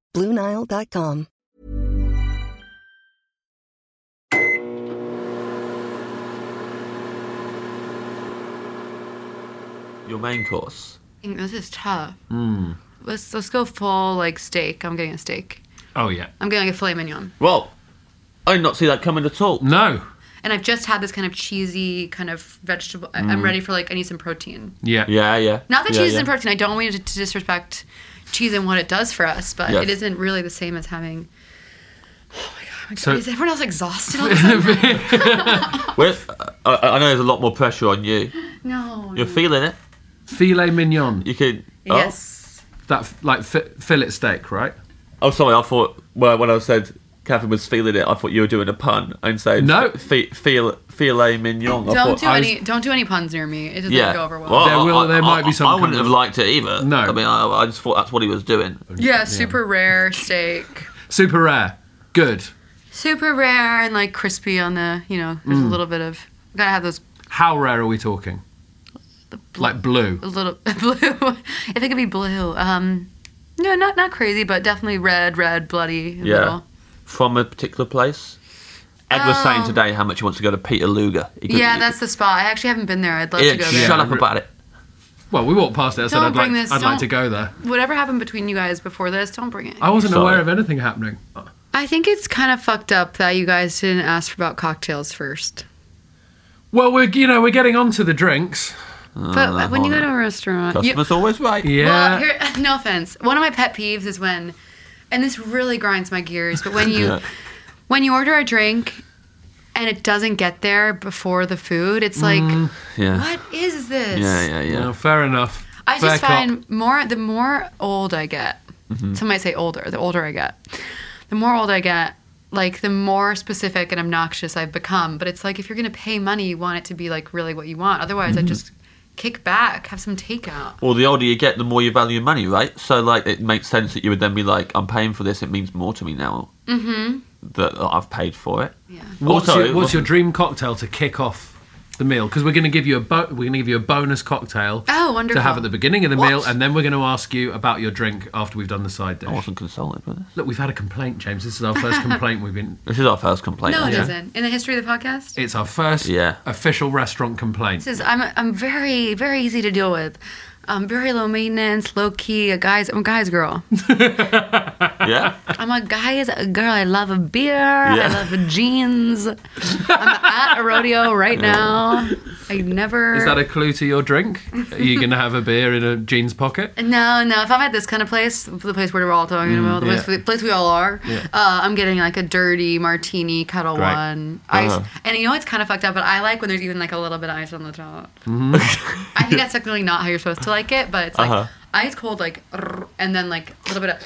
H: BlueNile.com.
C: Your main course.
E: This is tough. Let's let's go full like steak. I'm getting a steak.
B: Oh yeah.
E: I'm getting a filet mignon.
C: Well, I did not see that coming at all.
B: No.
E: and I've just had this kind of cheesy kind of vegetable. I I'm ready for like I need some protein.
B: Yeah.
C: Yeah. Yeah.
E: Not that
C: yeah,
E: cheese
C: yeah.
E: isn't protein. I don't want you to, to disrespect cheese and what it does for us, but
C: Yes.
E: it isn't really the same as having. Oh my god!
B: So-
E: is everyone else exhausted?
C: [laughs]
E: All of a sudden?
C: With, uh, I, I know there's a lot more pressure on you.
E: no.
C: You're feeling it.
B: Filet mignon.
C: You could. oh.
E: Mm. Yes.
B: That f- like fi- fillet steak, right?
C: Oh, sorry. I thought well, when I said Catherine was feeling it, I thought you were doing a pun and saying
B: No.
C: fi- feel filet mignon. I
E: Don't
C: thought,
E: do
B: I was-
E: any. Don't do any puns near me. It doesn't
C: yeah.
E: go over well.
C: Well,
B: There
C: I-
B: will-
C: I-
B: there might be
C: I-
B: some
C: I wouldn't
B: kind
C: have
B: of-
C: liked it either.
B: No.
C: I mean, I, I just thought that's what he was doing.
E: yeah, super rare steak.
B: Super rare. Good.
E: Super rare and like crispy on the. You know,
C: Mm.
E: there's a little bit of. Gotta have those
B: How rare are we talking? like blue.
E: a little [laughs] blue. if it could be blue, um, no, not not crazy, but definitely red, red, bloody. a
C: Yeah.
E: little.
C: From a particular place. Ed was saying today how much he wants to go to Peterluga. He could-
E: Um, yeah,
C: he-
E: that's the spot. I actually haven't been there. I'd love
C: Yeah,
E: to go there.
C: shut up about it.
B: Well, we walked past it. I said
E: Don't
B: I'd, like,
E: bring this-
B: I'd like to
E: don't-
B: go there.
E: Whatever happened between you guys before this, don't bring it.
B: I wasn't
C: Sorry.
B: aware of anything happening.
E: I think it's kind of fucked up that you guys didn't ask about cocktails first.
B: Well, we're you know we're getting on to the drinks.
C: Uh,
E: But when you go to a restaurant, Uh, you,
C: Customer's always right.
B: Yeah.
E: Well, here, [laughs] no offense. One of my pet peeves is when, and this really grinds my gears. But when
C: [laughs]
E: you,
C: Yeah.
E: when you order a drink, and it doesn't get there before the food, it's like,
C: Yeah.
E: what is this?
C: Mm. Yeah, yeah, yeah.
B: No, Oh, fair enough.
E: I
B: Fair
E: just
B: cop. Mm-hmm.
E: find more the more old I get. Some might say older. The older I get, the more old I get. Like the more specific and
B: Mm-hmm.
E: obnoxious I've become. But it's like if you're gonna pay money, you want it to be like really what you want. Otherwise, I just kick back, have some takeout.
C: Well, the older you get, the more you value your money, right? So, like, it makes sense that you would then be like, "I'm paying for this. It means more to me now
E: Mm-hmm.
C: that I've paid for it." Yeah.
B: What's, your, what's your dream cocktail to kick off the meal? Because we're going to give you a bo- we're going to give you a bonus cocktail.
E: Oh, wonderful.
B: To have at the beginning of the
E: What?
B: meal, and then we're going to ask you about your drink after we've done the side dish. I
C: wasn't consulted with this.
B: Look, we've had a complaint, James. This is our
E: [laughs]
B: first complaint. We've been.
C: This is our first complaint.
E: no, it not In the history of the podcast,
B: It's our first
C: Yeah.
B: official restaurant complaint.
E: this is I'm I'm very very easy to deal with. I'm very low maintenance, low key. A guy's I'm a guy's girl.
C: yeah.
E: I'm a guy's girl. I love a beer.
C: Yeah.
E: I love jeans. I'm at a rodeo
B: [laughs]
E: right now. I never.
B: Is that a clue to your drink? Are you going to have a beer in a jeans pocket?
E: No, no. If I'm at this kind of place, the place where we're all talking
B: Mm,
E: about, the place,
B: yeah.
E: the place we all are,
B: Yeah.
E: uh, I'm getting like a dirty martini kettle
B: Great.
E: one ice.
B: Uh-huh.
E: And you know it's kind of fucked up, but I like when there's even like a little bit of ice on the top.
B: Mm-hmm.
C: Mhm.
E: [laughs] I think that's technically not how you're supposed to like it, but it's like
C: Uh-huh.
E: ice cold, like "Rrr," and then like a little bit of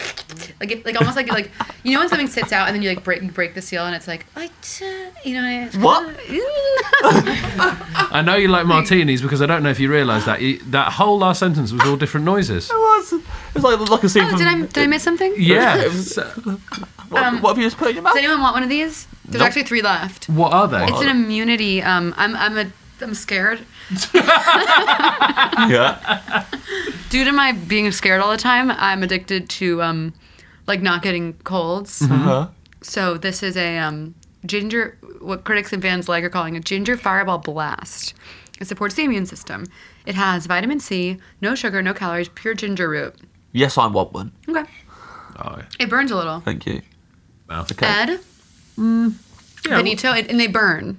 E: like it, like almost like like you know when something sits out and then you like break you break the seal and it's like I t- you know it's
C: What?
B: I know you like martinis because I don't know if you realise that you, that whole last sentence was all different [laughs] noises. It
C: was. It was like like a scene
E: [laughs] Oh, did I um, did I miss something?
B: Yeah. it was-
C: What, what have you just put in your mouth?
E: Does anyone want one of these? There's
B: Nope.
E: actually three left.
B: what are they?
E: It's an immunity. Um, I'm I'm a I'm scared.
C: yeah.
E: Due to my being scared all the time, I'm addicted to um, like not getting colds.
C: Uh-huh.
E: So this is a um, ginger. What critics and fans like are calling a ginger fireball blast. It supports the immune system. It has vitamin C, no sugar, no calories, pure ginger root.
C: Yes, I want one.
E: Okay.
C: Oh,
E: It burns a little.
C: thank you. Okay.
E: Ed,
C: Yeah,
E: Benito, and and they burn.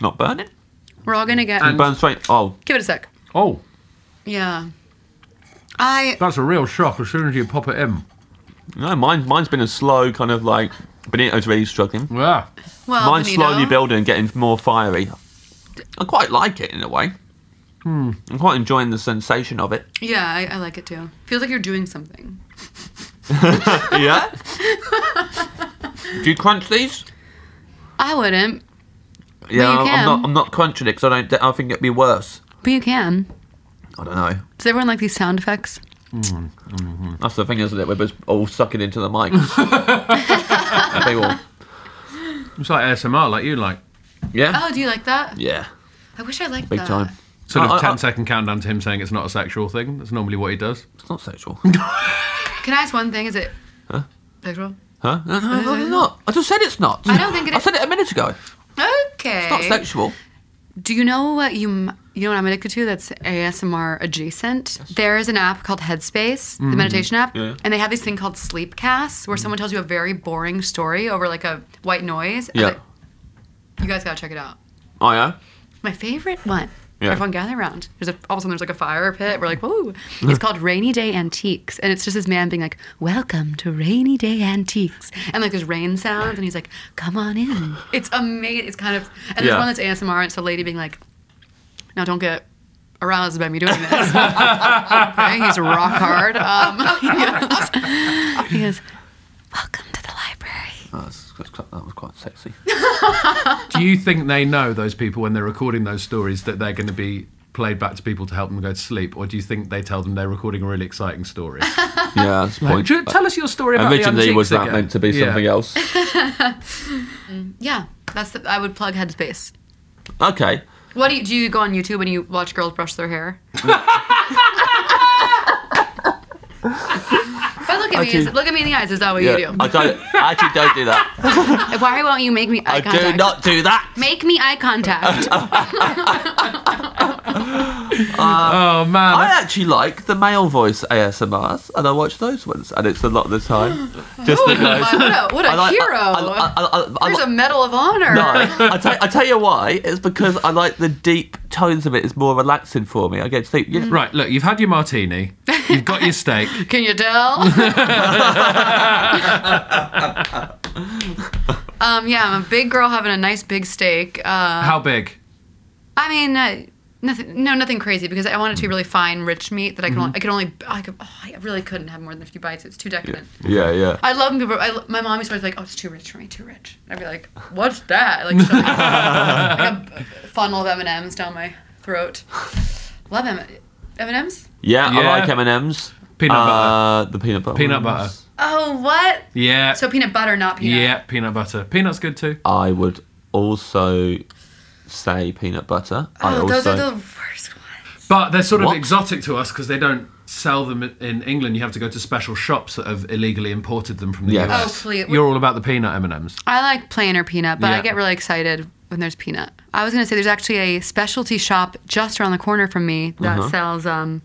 C: Not burning.
E: We're all gonna get.
C: it burns straight. Oh.
E: Give it a sec.
B: Oh,
E: Yeah. I
B: that's a real shock as soon as you pop it in.
C: No, mine, mine's been a slow kind of like. Benito's really struggling.
B: Yeah.
E: Well,
C: mine's
E: Benito.
C: slowly building, getting more fiery. I quite like it in a way.
E: Hmm.
C: I'm quite enjoying the sensation
E: [laughs]
C: of it.
E: Yeah, I, I like it too. Feels like you're doing something.
C: yeah? Do you crunch these?
E: I wouldn't,
C: Yeah,
E: you
C: I'm-
E: can.
C: I'm not. I'm not crunching it because I don't. I think it'd be worse.
E: but you can.
C: I don't know.
E: Does everyone like these sound effects?
C: That's the thing, isn't it? We're just all sucking into the
E: [laughs]
C: mic. They all-
B: It's like ASMR, like you like.
C: Yeah.
E: Oh, Uh. do you like that?
C: Yeah.
E: I wish I liked that.
B: Sort of
C: I- I-
B: 10 second countdown to him saying it's not a sexual thing. That's normally what he does.
C: It's not sexual.
E: Can I ask one thing? Is it
B: Huh?
E: sexual?
C: huh? No, no, no, it's not. I just said it's not.
E: I don't think it
C: I said it a minute ago.
E: Okay.
C: It's not sexual.
E: Do you know what you m- you know what I'm addicted to? That's ASMR adjacent. There is an app called Headspace, the
I: Mhm.
E: meditation app,
I: Yeah.
E: and they have this thing called Sleepcasts, where someone tells you a very boring story over like a white noise. and
C: Yeah.
E: like- you guys gotta check it out.
C: Oh yeah.
E: My favorite one.
C: Yeah.
E: Everyone gather around. There's a, all of a sudden there's like a fire pit. We're
C: [laughs]
E: like, whoa! It's called Rainy Day Antiques, and it's just this man being like, "Welcome to Rainy Day Antiques," and like there's rain sounds, and he's like, "Come on in." It's amazing. It's kind of and there's
C: Yeah.
E: one that's ASMR. And it's a lady being like, "Now don't get aroused by me doing
C: [laughs]
E: this." okay, he's rock hard. Um, [laughs] he goes, he goes,
C: Oh, that's- that's quite- that was quite sexy.
B: Do you think they know those people when they're recording those stories that they're going to be played back to people to help them go to sleep, or do you think they tell them they're recording a really exciting story?
C: Yeah. That's
B: Like,
C: point.
B: ju- tell us your story about the
C: Originally,
B: antiques
C: was that
B: again.
C: meant to be
B: Yeah.
C: something else?
E: Mm, yeah, that's the, I would plug Headspace.
C: Okay.
E: What do you do? You go on YouTube and you watch girls brush their
C: [laughs]
E: hair. but look at me,
C: Actually-
E: look at me in the eyes. Is that what
C: yeah.
E: you do?
C: I don't. I actually don't do that.
E: Why won't you make me eye
C: I
E: contact?
C: do not do that.
E: Make me eye
C: [laughs]
E: contact.
C: oh man! I actually like the male voice ASMRs, and I watch those ones, and it's a lot of the time. Just the
E: Ooh, wow,
C: guys.
E: what a, what a
C: I like-
E: hero!
C: I
E: There's
C: like-
E: a medal of honor.
C: No, I tell- I tell you why. It's because I like the deep tones of it. It's more relaxing for me. I get to sleep. Yeah.
B: Right, look, you've had your martini, you've got your steak.
E: [laughs] Can
C: [laughs]
E: you tell? [laughs] um, yeah, I'm a big girl having a nice big steak. Uh,
B: How big?
E: I mean, uh, nothing. No, nothing crazy because I want it
B: Mm.
E: to be really fine, rich meat that I can.
B: Mm-hmm.
C: Mhm.
E: Only, I can only. I, could, oh, I really couldn't have more than a few bites. It's too decadent.
C: Yeah, yeah.
E: I love when people. I, lo- my mom used to always be like, "Oh, it's too rich for me. Too rich." I'd be like,
B: [laughs]
E: "What's that?" Like, shove- like a funnel of M and M's down my throat. Love M M and M's.
C: Yeah,
B: Yeah.
C: I like M and M's.
B: Peanut
C: uh, butter. The peanut butter.
B: Peanut
C: ones.
E: Oh, what?
B: Yeah.
E: So peanut butter, not peanut.
B: Yeah, peanut butter. Peanut's good too.
C: I would also say peanut butter. I
E: Oh,
C: also,
E: those are the worst.
B: But they're sort of
C: What?
B: exotic to us because they don't sell them in- in England. You have to go to special shops that have illegally imported them from the
C: Yes.
B: US.
E: Oh, please.
B: You're all about the peanut M&Ms.
E: I like plain or peanut, but I
B: Yeah.
E: get really excited when there's peanut. I was gonna say there's actually a specialty shop just around the corner from me that
B: Uh-huh.
E: sells um,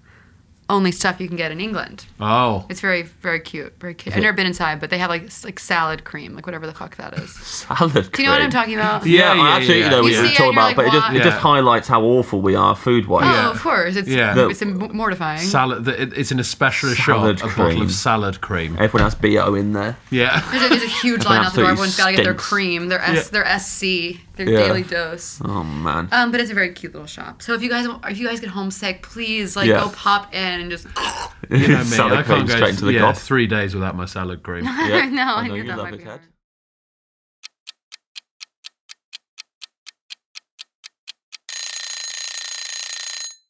E: only stuff you can get in England.
B: Oh.
E: It's very, very cute, very
B: Is
E: cute. I've
B: it-
E: never been inside, but they have like s- like salad cream, like whatever the fuck that is.
C: [laughs] Salad
E: Do you know what
C: cream.
E: I'm talking about?
C: Yeah,
B: Yeah,
C: I
B: yeah,
C: actually,
B: yeah.
C: you know, we
B: You
C: didn't
E: see it
C: talk
E: and you're
C: about, it, but it
E: like,
C: just it
B: "Why?"
C: just highlights how awful we are food
E: Oh,
C: wise.
E: of course. It's
B: Yeah.
E: it's mortifying.
B: Salad. the- it- It's in a specialist
C: Salad
B: shop. A bottle
C: cream. Eh.
B: of salad cream.
C: Everyone has bo in there.
B: Yeah.
E: There's a, there's a huge
C: It
E: line out the
C: absolutely
E: door. Everyone's got to get their
C: stinks.
E: cream, their S,
C: Yeah.
E: their SC, their
C: Yeah.
E: daily dose.
C: Oh man. [laughs]
E: Um, but it's a very cute little shop. So if you guys if you guys get homesick, please like
C: Yeah.
E: go pop in and just.
B: [laughs] You know me.
C: Salad
B: I
C: cream
B: can't go
C: straight into the
B: yeah,
C: gob.
B: three days without my salad cream. [laughs]
E: [laughs] I know, I,
C: I know
E: knew
C: you
E: that
C: love
E: might
C: it,
E: be
C: Kat.
E: hard.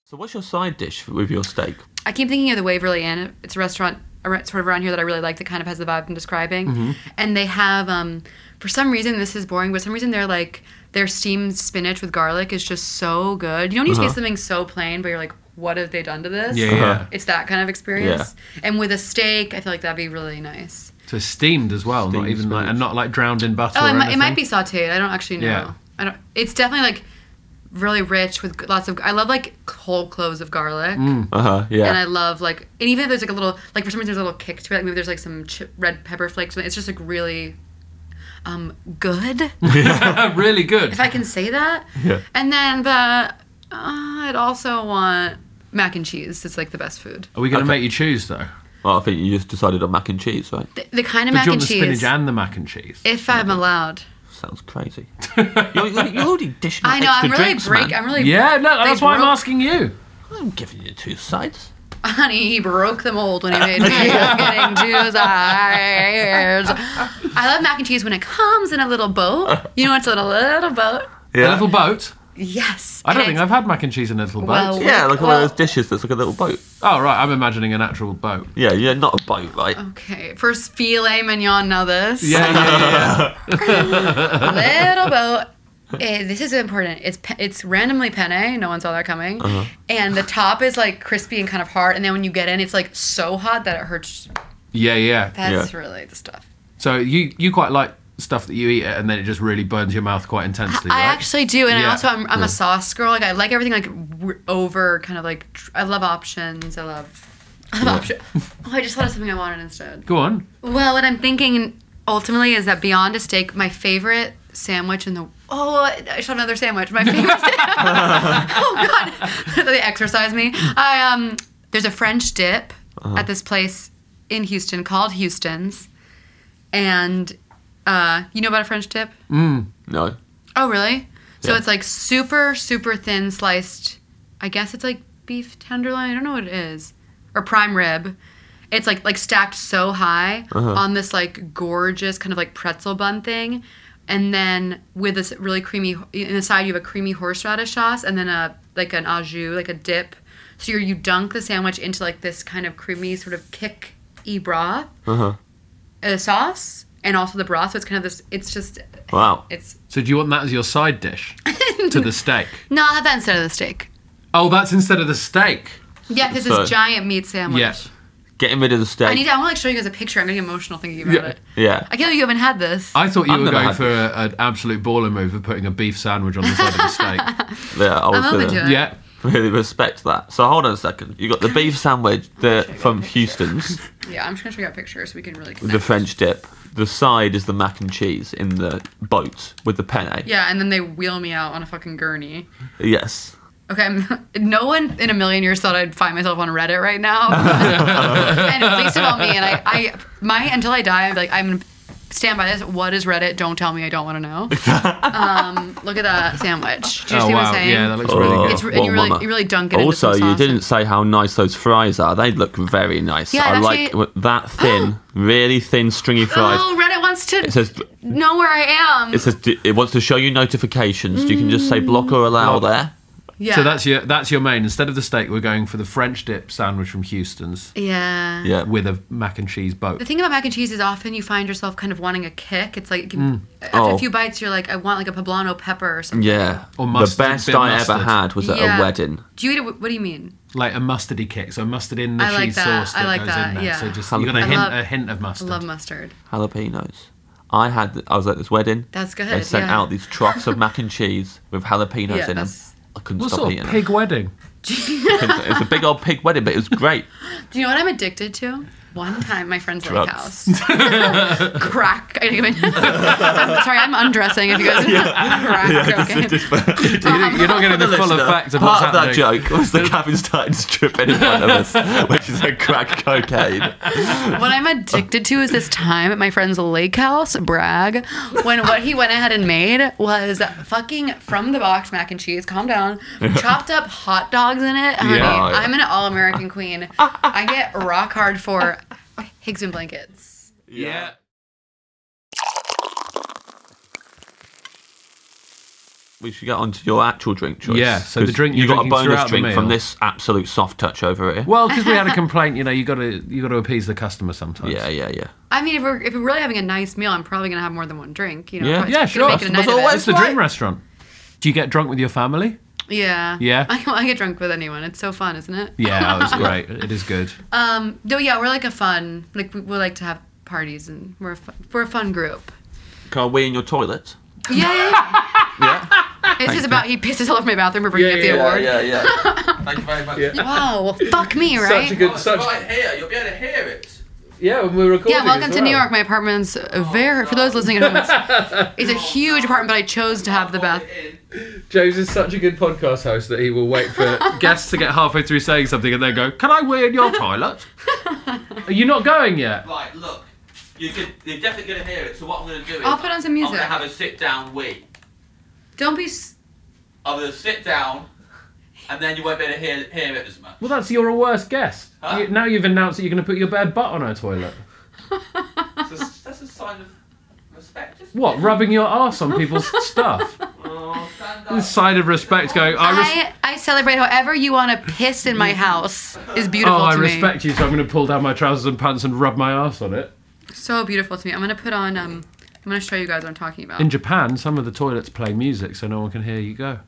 C: So what's your side dish with your steak?
E: I keep thinking of the Waverly Inn. It's a restaurant ar- sort of around here that I really like that kind of has the vibe I'm describing.
C: Mhm.
E: And they have, um, for some reason, this is boring, but for some reason they're like, their steamed spinach with garlic is just so good. You know when you
C: Uh-huh.
E: taste something so plain, but you're like, what have they done to this?
B: Yeah, yeah. Uh-huh.
E: It's that kind of experience. And with a steak, I feel like that'd be really nice.
B: So steamed as well, not even like and not like drowned in butter.
E: Oh, it
B: or
E: might, it might
B: anything.
E: be sauteed. I don't actually know.
B: Yeah.
E: I don't. It's definitely like really rich with g- lots of. I love like whole cloves of garlic.
C: Mm. Uh-huh, yeah.
E: And I love like, and even if there's like a little, like for some reason there's a little kick to it. Like maybe there's like some chip, red pepper flakes. It's just like really, um, good.
B: [laughs] really good.
E: if I can say that.
B: Yeah.
E: And then, but uh, I'd also want mac and cheese. It's like the best food.
B: Are we going to make you choose though?
C: Well, I think you just decided on mac and cheese, right?
E: The, the kind of
B: But
E: mac
B: you want
E: and
B: the
E: cheese.
B: spinach and the mac and cheese.
E: if I'm allowed.
C: Sounds
B: [laughs]
C: crazy. you're, you're, you're already dishing out
E: I know, I'm
C: extra
E: really
C: drinks,
E: break-
C: man.
E: I'm really- Yeah, no, they that's why I'm broke-
B: asking you.
C: I'm giving you two sides.
E: Honey, he broke the mold when he made me getting two sides. I love mac and cheese when it comes in a little boat. You know, it's in a little boat.
B: A little boat.
E: Yes.
B: I don't
E: and
B: think I've had mac and cheese in a little boat.
E: Well, Yeah,
C: like one of those dishes that's like a little boat.
B: Oh right, I'm imagining an actual boat.
C: Yeah, yeah, not a boat, right?
E: Okay, first filet mignon, now this.
B: Yeah, yeah, yeah.
E: little boat. Eh, this is important. It's pe- it's randomly penne. No one saw that coming.
C: Uh-huh.
E: And the top is like crispy and kind of hard. And then when you get in, it's like so hot that it hurts.
B: yeah,
E: [laughs]
B: yeah.
E: That's really the stuff.
B: So you you quite like stuff that you eat it and then it just really burns your mouth quite intensely.
E: I
B: right?
E: actually do, and I
B: Yeah.
E: also I'm, I'm
B: Yeah.
E: a sauce girl. Like I like everything like w- over, kind of like tr- I love options. I love. I love options. Oh, I just thought of something I wanted
B: [laughs]
E: instead.
B: Go on.
E: Well, what I'm thinking ultimately is that beyond a steak, my favorite sandwich in the oh, I shot another sandwich. My favorite. [laughs] oh God, [laughs] they exercise me. I um, there's a French dip
C: Uh-huh.
E: at this place in Houston called Houston's, and uh, you know about a French dip?
C: Mm. No.
E: Oh, really? So
C: Yeah.
E: it's like super, super thin sliced. I guess it's like beef tenderloin. I don't know what it is, or prime rib. It's like like stacked so high
C: Uh-huh.
E: on this like gorgeous kind of like pretzel bun thing, and then with this really creamy in the side you have a creamy horseradish sauce, and then a like an au jus, like a dip. So you're, you dunk the sandwich into like this kind of creamy sort of kick y broth,
B: Uh
C: Uh-huh.
B: huh.
E: uh, sauce, and also the broth. So it's kind of this. It's just
B: Wow.
E: It's-
B: So do you want that as your side
E: [laughs]
B: dish to the steak?
E: no. I'll have that instead of the steak.
B: Oh, that's instead of the steak.
E: Yeah, because
C: So-
E: this giant meat sandwich.
C: Yes. Getting rid of the steak.
E: I need. To, I want to like, show you guys a picture. I'm getting emotional thinking about it.
C: yeah.
E: I can't believe you haven't had this.
B: I thought you
C: I've
B: were
C: never
B: going
C: had
B: for a, an absolute baller move of putting a beef sandwich on the side of the
E: [laughs]
B: steak.
C: Yeah, I was
E: I'm open
C: gonna-
E: to it. Yeah.
C: Really respect that. So hold on a second. You got the beef sandwich the, from Houston's,
E: Yeah, I'm just gonna show you a picture so we can really.
C: with the French dip. The side is the mac and cheese in the boat with the penne.
E: Yeah, and then they wheel me out on a fucking gurney.
C: Yes.
E: Okay, I'm, [laughs] no one in a million years thought I'd find myself on Reddit right now.
C: [laughs]
E: and least about me, and I, I, my until I die, I'm like, I'm stand by this. What is Reddit? Don't tell me. I don't want to
C: [laughs]
E: know. um, look at that sandwich. Do you
C: Oh,
E: see what
C: wow.
E: I'm saying?
C: Yeah, that looks really good.
E: It's, and you
C: Well,
E: really,
C: Oh. mama.
E: you really dunk it into
C: Also,
E: some
C: you
E: sauce.
C: didn't say how nice those fries are. They look very nice.
E: Yeah,
C: I
E: I've
C: like
E: actually-
C: w- that thin, really thin, stringy fries.
E: Oh, Reddit wants to
C: It says
E: know where I am.
C: it says it wants to show you notifications. You can just say block or allow there.
E: Yeah.
B: So that's your that's your main. Instead of the steak, we're going for the French dip sandwich from Houston's.
E: Yeah.
B: With a mac and cheese boat.
E: The thing about mac and cheese is often you find yourself kind of wanting a kick. It's like
B: Mm.
E: after
C: Oh.
E: a few bites, you're like, I want like a poblano pepper or something.
C: Yeah.
B: Or mustard,
C: the best
B: bit
C: I
B: mustard.
C: ever had was at
E: Yeah.
C: a wedding.
E: Do you eat it? What do you mean?
B: Like a mustardy kick, so mustard in the
E: I like
B: cheese
E: that.
B: sauce
E: I
B: that
E: like
B: goes in
E: that.
B: there.
E: Yeah.
B: So just you got a
E: I
B: hint,
E: love-
B: a hint of mustard.
E: I love mustard.
C: Jalapenos. I had. I was at this wedding.
E: That's good,
C: They sent
E: yeah.
C: out these troughs of mac and cheese with jalapenos
E: Yeah,
C: in them.
E: that's-
C: I couldn't
B: What
C: stop
B: sort
C: eating
B: of
C: them.
B: pig wedding?
C: [laughs] it was a big old pig wedding, but it was great.
E: Do you know what I'm addicted to? One time, my friend's lake house. [laughs]
C: Drugs.
E: Crack. I mean, [laughs] I'm sorry, I'm undressing. If you guys, crack.
B: [laughs]
C: [laughs]
E: cocaine.
B: You're not getting the full effect of what's
C: Part of that
B: happening. [laughs]
C: joke was the cabin started stripping in front of us, which is a
B: [laughs]
C: crack cocaine.
E: What I'm addicted to is this time at my friend's lake house, brag, when what he went ahead and made was fucking from the box mac and cheese,
B: [laughs]
E: calm down, chopped up hot dogs in it. Honey,
C: Yeah.
E: I'm an all American queen. I get rock hard for pigs and blankets.
B: Yeah.
C: We should get on to your actual drink choice.
B: Yeah, so the
C: 'Cause
B: drink
C: you
B: you're
C: got a
B: drinking
C: bonus
B: throughout the
C: drink from
B: meal.
C: this absolute soft touch over here.
B: Well, because we had a complaint, you know, you got to you got to appease the customer sometimes.
C: Yeah, yeah, yeah.
E: I mean, if we're, if we're really having a nice meal, I'm probably gonna have more than one drink. You know,
B: yeah,
E: probably
B: yeah,
E: gonna
B: sure.
E: Make it a night of it.
B: It's the dream restaurant. Do you get drunk with your family?
E: Yeah,
B: Yeah.
E: I, [laughs] I get drunk with anyone. It's so fun, isn't it?
B: [laughs] Yeah, it's great. It is good.
E: Um, no, yeah, we're like a fun, like we, we like to have parties and we're a fun, we're a fun group.
C: Can I wee in your toilet?
E: Yeah, yeah,
C: [laughs] Yeah.
E: yeah. This is about he pisses all over my bathroom for bringing up the award.
C: Yeah, yeah, yeah.
E: [laughs]
C: Thank you very much.
E: Wow, well, fuck me, right?
C: right here. You'll be able to hear it.
B: Yeah, when we were recording.
E: yeah, welcome to New York. My apartment's a very for those listening at home. It's, it's a huge apartment, but I chose to have the bath.
B: James is such a good podcast host that he will wait
E: [laughs]
B: for guests to get halfway through saying something and then go, "Can I wee in your toilet? Are you not going yet?"
C: Right, look. You're, good, you're definitely going to hear it, so what I'm going to do is.
E: I'll put on some
C: I'm
E: music.
C: going to have a sit down wee.
E: Don't be. s-
C: I'm going to sit down, and then you won't be able to hear, hear it as much.
B: Well, that's your worst guest. You- now you've announced that you're going to put your bare butt on her toilet.
C: That's, that's a sign of respect. Isn't
B: What? Rubbing your ass on
E: [laughs]
B: people's stuff? This side of respect, going. I, res-
E: I, I celebrate however you want to piss in my house is beautiful
B: oh, I
E: to me.
B: respect you, so I'm going to pull down my trousers and pants and rub my ass on it.
E: So beautiful to me. I'm gonna put on. Um, I'm gonna show you guys what I'm talking about.
B: In Japan, some of the toilets play music, so no one can hear you go.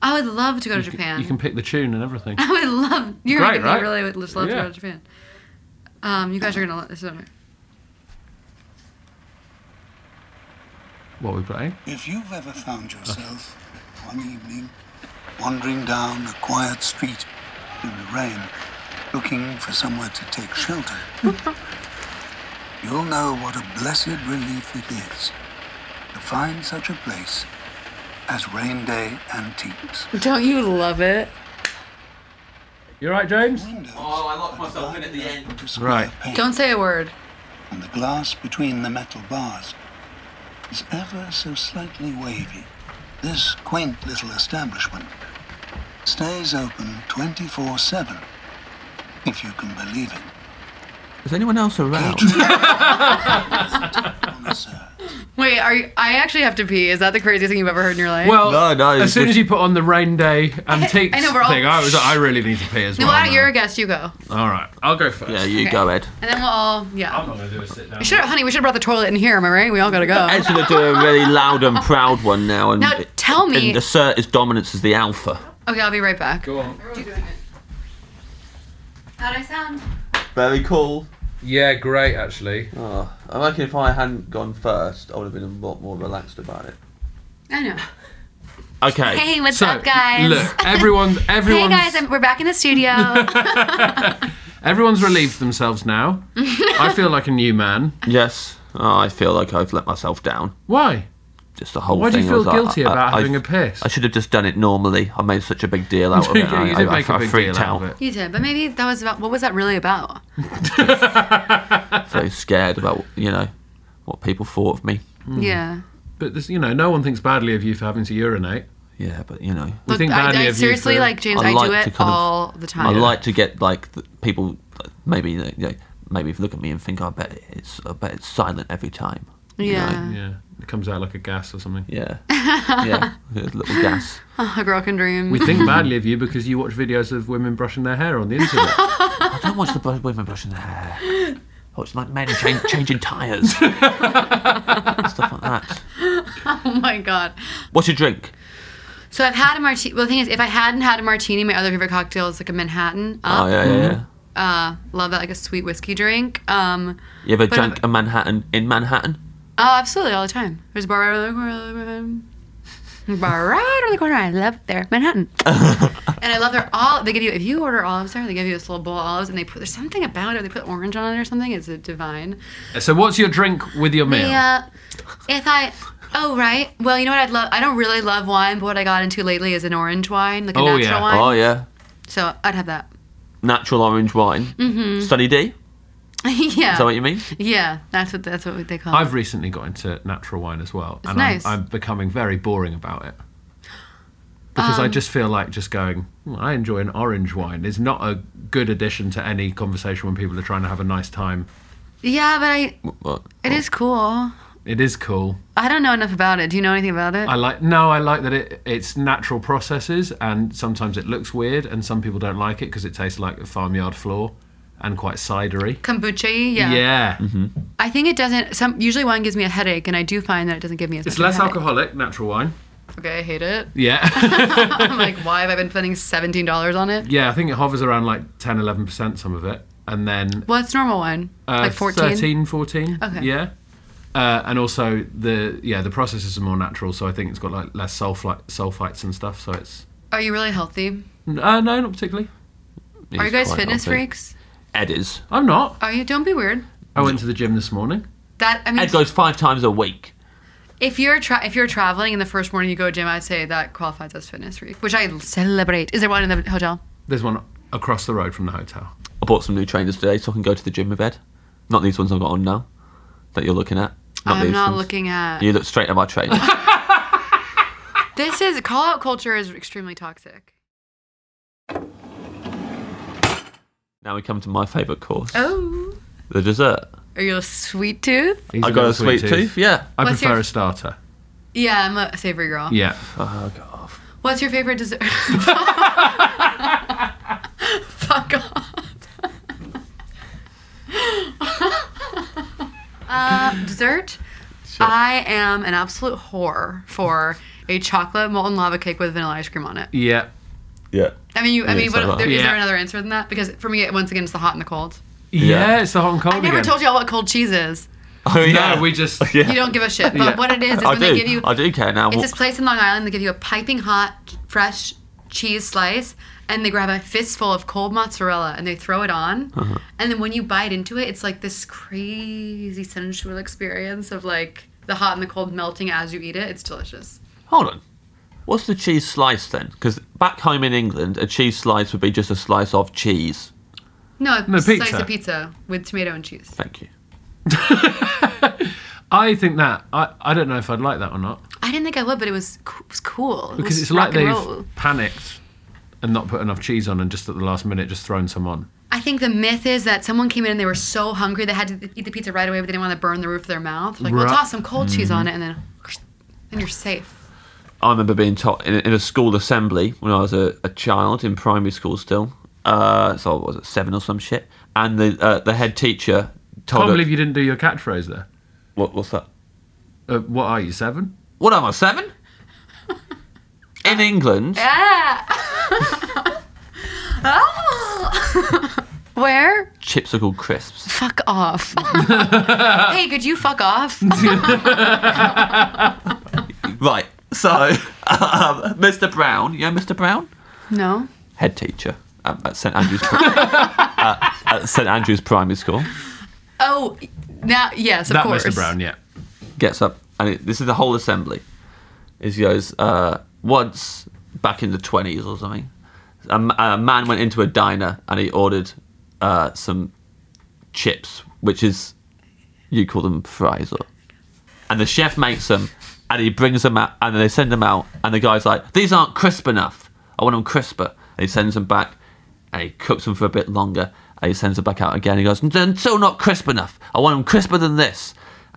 E: I would love to go to
B: You can-
E: Oh, Japan.
B: you can pick the tune and everything.
E: [laughs] I would love. You're
B: Great,
E: making me
B: right?
E: really would just love to
B: Yeah.
E: go to Japan. Um, you guys are gonna. let This is
B: What are we playing?
I: If you've ever found yourself one evening wandering down a quiet street in the rain looking for somewhere to take shelter, you'll know what a blessed relief it is to find such a place as Rain Day Antiques.
E: Don't you love it?
B: You right, James?
C: Oh, I locked myself in at the end.
I: Right.
E: Don't say a word.
I: And the glass between the metal bars is ever so slightly wavy. This quaint little establishment stays open 24 7, if you can believe it.
C: Is anyone else around? [laughs]
E: Wait, are you, I actually have to pee? Is that the craziest thing you've ever heard in your life?
B: Well,
C: No, no,
B: as
C: it's
B: soon
C: just-
B: as you put on the rain day antiques
E: [laughs] I know, we're all-
B: thing, I was like, I really need to pee as
E: no,
B: well.
E: why don't-
B: now.
E: you're a guest. You go,
B: All right, I'll go first. Yeah,
C: you
E: Okay. go, Ed. and then we'll all. Yeah. I'm
B: not gonna do a sit down.
E: Should, honey, we should have brought the toilet in here. Am I right? We all gotta go.
C: Ed's going to do a really loud and proud one now. And,
E: Now, tell me-
C: And assert his dominance as the alpha.
E: Okay, I'll be right back.
B: Go on.
E: How'd I sound?
C: Very cool.
B: Yeah, great actually.
C: Oh, I reckon if I hadn't gone first, I would have been a lot more relaxed about it.
E: I know.
C: Okay.
E: Hey, what's up, guys?
B: Look, everyone,
E: [laughs] Hey
B: everyone's,
E: guys, I'm, we're back in
B: [laughs]
E: the studio.
B: everyone's relieved themselves now. I feel like a new man.
C: Yes, oh, I feel like I've let myself down.
B: Why?
C: Just the whole
B: Why do
C: thing.
B: you feel
C: I was like,
B: guilty
C: I-
B: about
C: I-
B: having a piss?
C: I should have just done it normally. I made such a big deal out of it.
B: Yeah, [laughs]
C: I-
B: you did
C: I,
B: make a
C: I,
B: big
C: freaked
B: deal out
C: out.
B: of
E: you did, but maybe that was about. What was that really about?
C: Very scared about you know what people thought of me.
B: Hmm.
E: Yeah.
B: But this, you know, no one thinks badly of you for having to urinate.
C: Yeah, but you know,
B: we think
E: I-
B: badly
E: I
B: of
E: seriously,
B: you. For,
E: like, James, I do it
C: kind of-
E: all the time.
C: I like to get like the people maybe you know, maybe look at me and think I bet it's I bet it's silent every time.
E: Yeah.
B: Yeah. It comes out like a gas or something.
C: Yeah. [laughs] yeah. little gas.
E: Oh, [laughs] a girl can dream.
B: We
E: [laughs]
B: think badly of you because you watch videos of women brushing their hair on the internet.
E: [laughs]
C: I don't watch the bl- women brushing their hair. Oh, it's like men change, changing
E: [laughs]
C: tyres. Stuff like that.
E: [laughs] oh my god.
C: What's your drink?
E: So I've had a martini. Well, the thing is, if I hadn't had a martini, my other favorite cocktail is like a Manhattan.
C: Oh,
E: Up.
C: yeah, yeah, yeah.
E: Uh, love that, like a sweet whiskey drink. Um,
C: You ever
E: but
C: drank a Manhattan in Manhattan?
E: Oh, absolutely, all the time. There's a bar right around the corner. [laughs] Bar right around the corner. I love it there,
C: [laughs]
E: Manhattan. and I love their all. They give you if you order olives there, they give you this little bowl of olives, and they put there's something about it. They put orange on it or something. It's a divine.
B: So, what's your drink with
C: Oh,
B: your meal?
E: Yeah. If I. Oh right. Well, you know what I'd love. I don't really love wine, but what I got into lately is an orange wine, like a
C: oh,
E: natural
C: yeah.
E: wine.
C: Oh, yeah.
E: So I'd have that.
C: Natural orange wine.
E: Mhm.
C: Sunny D?
E: [laughs] yeah.
C: Is that what you mean?
E: Yeah, that's what that's what they call.
B: I've
E: it.
B: recently got into natural wine as well,
E: It's
B: and
E: nice.
B: I'm, I'm becoming very boring about it because I
E: Um,
B: just feel like just going. "Hmm, I enjoy an orange wine. It's not a good addition to any conversation when people are trying to have a nice time.
E: yeah, but I.
C: What?
E: It is cool.
B: It is cool.
E: I don't know enough about it. Do you know anything about it?
B: I like no, I like that it it's natural processes, and sometimes it looks weird, and some people don't like it because it tastes like a farmyard floor and quite cidery.
E: Kombucha. Yeah.
B: yeah.
E: I think it doesn't. Some usually wine gives me a headache, and I do find that it doesn't give me as much
B: It's
E: of a
B: less
E: headache.
B: alcoholic, natural wine.
E: Okay, I hate it.
B: Yeah. [laughs]
E: I'm like, why have I been spending seventeen dollars on it?
B: Yeah, I think it hovers around like 10, 11%, some of it. And then
E: Well, it's normal wine,
B: uh,
E: like fourteen.
B: 13, 14.
E: Okay.
B: Yeah. Uh, and also the yeah the processes are more natural, so I think it's got like less sulfite, sulfites and stuff. So it's
E: Are you really healthy?
B: uh, no, not particularly.
E: Are you guys fitness freaks?
C: Ed is.
B: I'm not.
E: Are you? Don't be weird.
B: I went to the gym this morning.
E: That I mean,
C: Ed goes five times a week.
E: if you're tra- if you're traveling and the first morning you go to gym, I'd say that qualifies as fitness freak, which I celebrate. Is there one in the hotel?
B: There's one across the road from the hotel.
C: I bought some new trainers today so I can go to the gym with Ed. Not these ones I've got on now that you're looking at.
E: I'm
C: these
E: not
C: ones.
E: looking at.
C: You look straight at my
E: [laughs]
C: trainer.
E: This is call out culture is extremely toxic.
C: now we come to my favourite course
E: Oh,
C: the dessert.
E: are you a sweet tooth?
C: I got a sweet tooth, yeah.
B: I
E: What's
B: prefer
E: your-
B: a starter.
E: Yeah, I'm a savory girl.
B: Yeah.
C: Oh, God.
E: What's your
B: [laughs]
E: favorite dessert? Fuck off. uh, dessert? I am an absolute whore for a chocolate molten lava cake with vanilla ice cream on it.
B: Yeah.
C: Yeah.
E: I mean, you. I
B: Yeah,
E: mean,
B: so
E: what,
B: that-
E: there, is there
B: Yeah.
E: another answer than that? Because for me, it- once again, it's the hot and the cold.
B: Oh, Yeah, it's the hot and cold
E: I never
B: again.
E: told y'all what cold cheese is.
C: Oh, [laughs] yeah.
B: we just.
E: You don't give a shit. But what it is is
C: I
E: when
C: do.
E: they give you.
C: I do care now.
E: It's this place in Long Island. They give you a piping hot, fresh cheese slice, and they grab a fistful of cold mozzarella and they throw it on.
C: Uh-huh.
E: And then when you bite into it, it's like this crazy sensual experience of like the hot and the cold melting as you eat it. It's delicious.
C: Hold on. What's the cheese slice then? Because back home in England, a cheese slice would be just a slice of cheese.
E: No, it's
B: No,
E: a slice
B: pizza.
E: of pizza with tomato and cheese.
C: Thank you.
B: I think that I, I don't know if I'd like that or not
E: I didn't think I would, but it was, co- it was cool. It
B: because
E: was
B: it's like
E: rock and
B: they've
E: roll.
B: panicked and not put enough cheese on and just at the last minute just thrown some on.
E: I think the myth is that someone came in and they were so hungry they had to eat the pizza right away, but they didn't want to burn the roof of their mouth. Like, we'll
C: Right.
E: toss some cold cheese on
B: Mm-hmm.
C: Mhm.
E: it, and then, and you're safe.
C: I remember being taught in, in a school assembly when I was a, a child in primary school still. Uh, so I was at seven or some shit. And the uh, the head teacher told
B: Can't
C: us-
B: believe you didn't do your catchphrase there.
C: What, what's that?
B: Uh, what are you seven?
C: What am I seven? in England,
E: Yeah. [laughs] Where?
C: chips are called crisps.
E: Fuck off. hey, could you
C: [laughs]
E: fuck off?
C: Right. So, [laughs] um, Mr. Brown, yeah, Mr. Brown,
E: no.
C: head teacher at, at St Andrews [laughs] uh, at St Andrews Primary School.
E: Oh, now yes, of course.
B: yeah.
C: Gets up, and it, this is the whole assembly. Is he goes uh, once back in the twenties or something. A, m- a man went into a diner and he ordered uh, some chips, which is you call them fries, or and the chef makes them and he brings them out and they send them out and the guy's like, these aren't crisp enough. I want them crisper. And he sends them back and he cooks them for a bit longer and he sends them back out again. He goes, they're still not crisp enough. I want them crisper than this.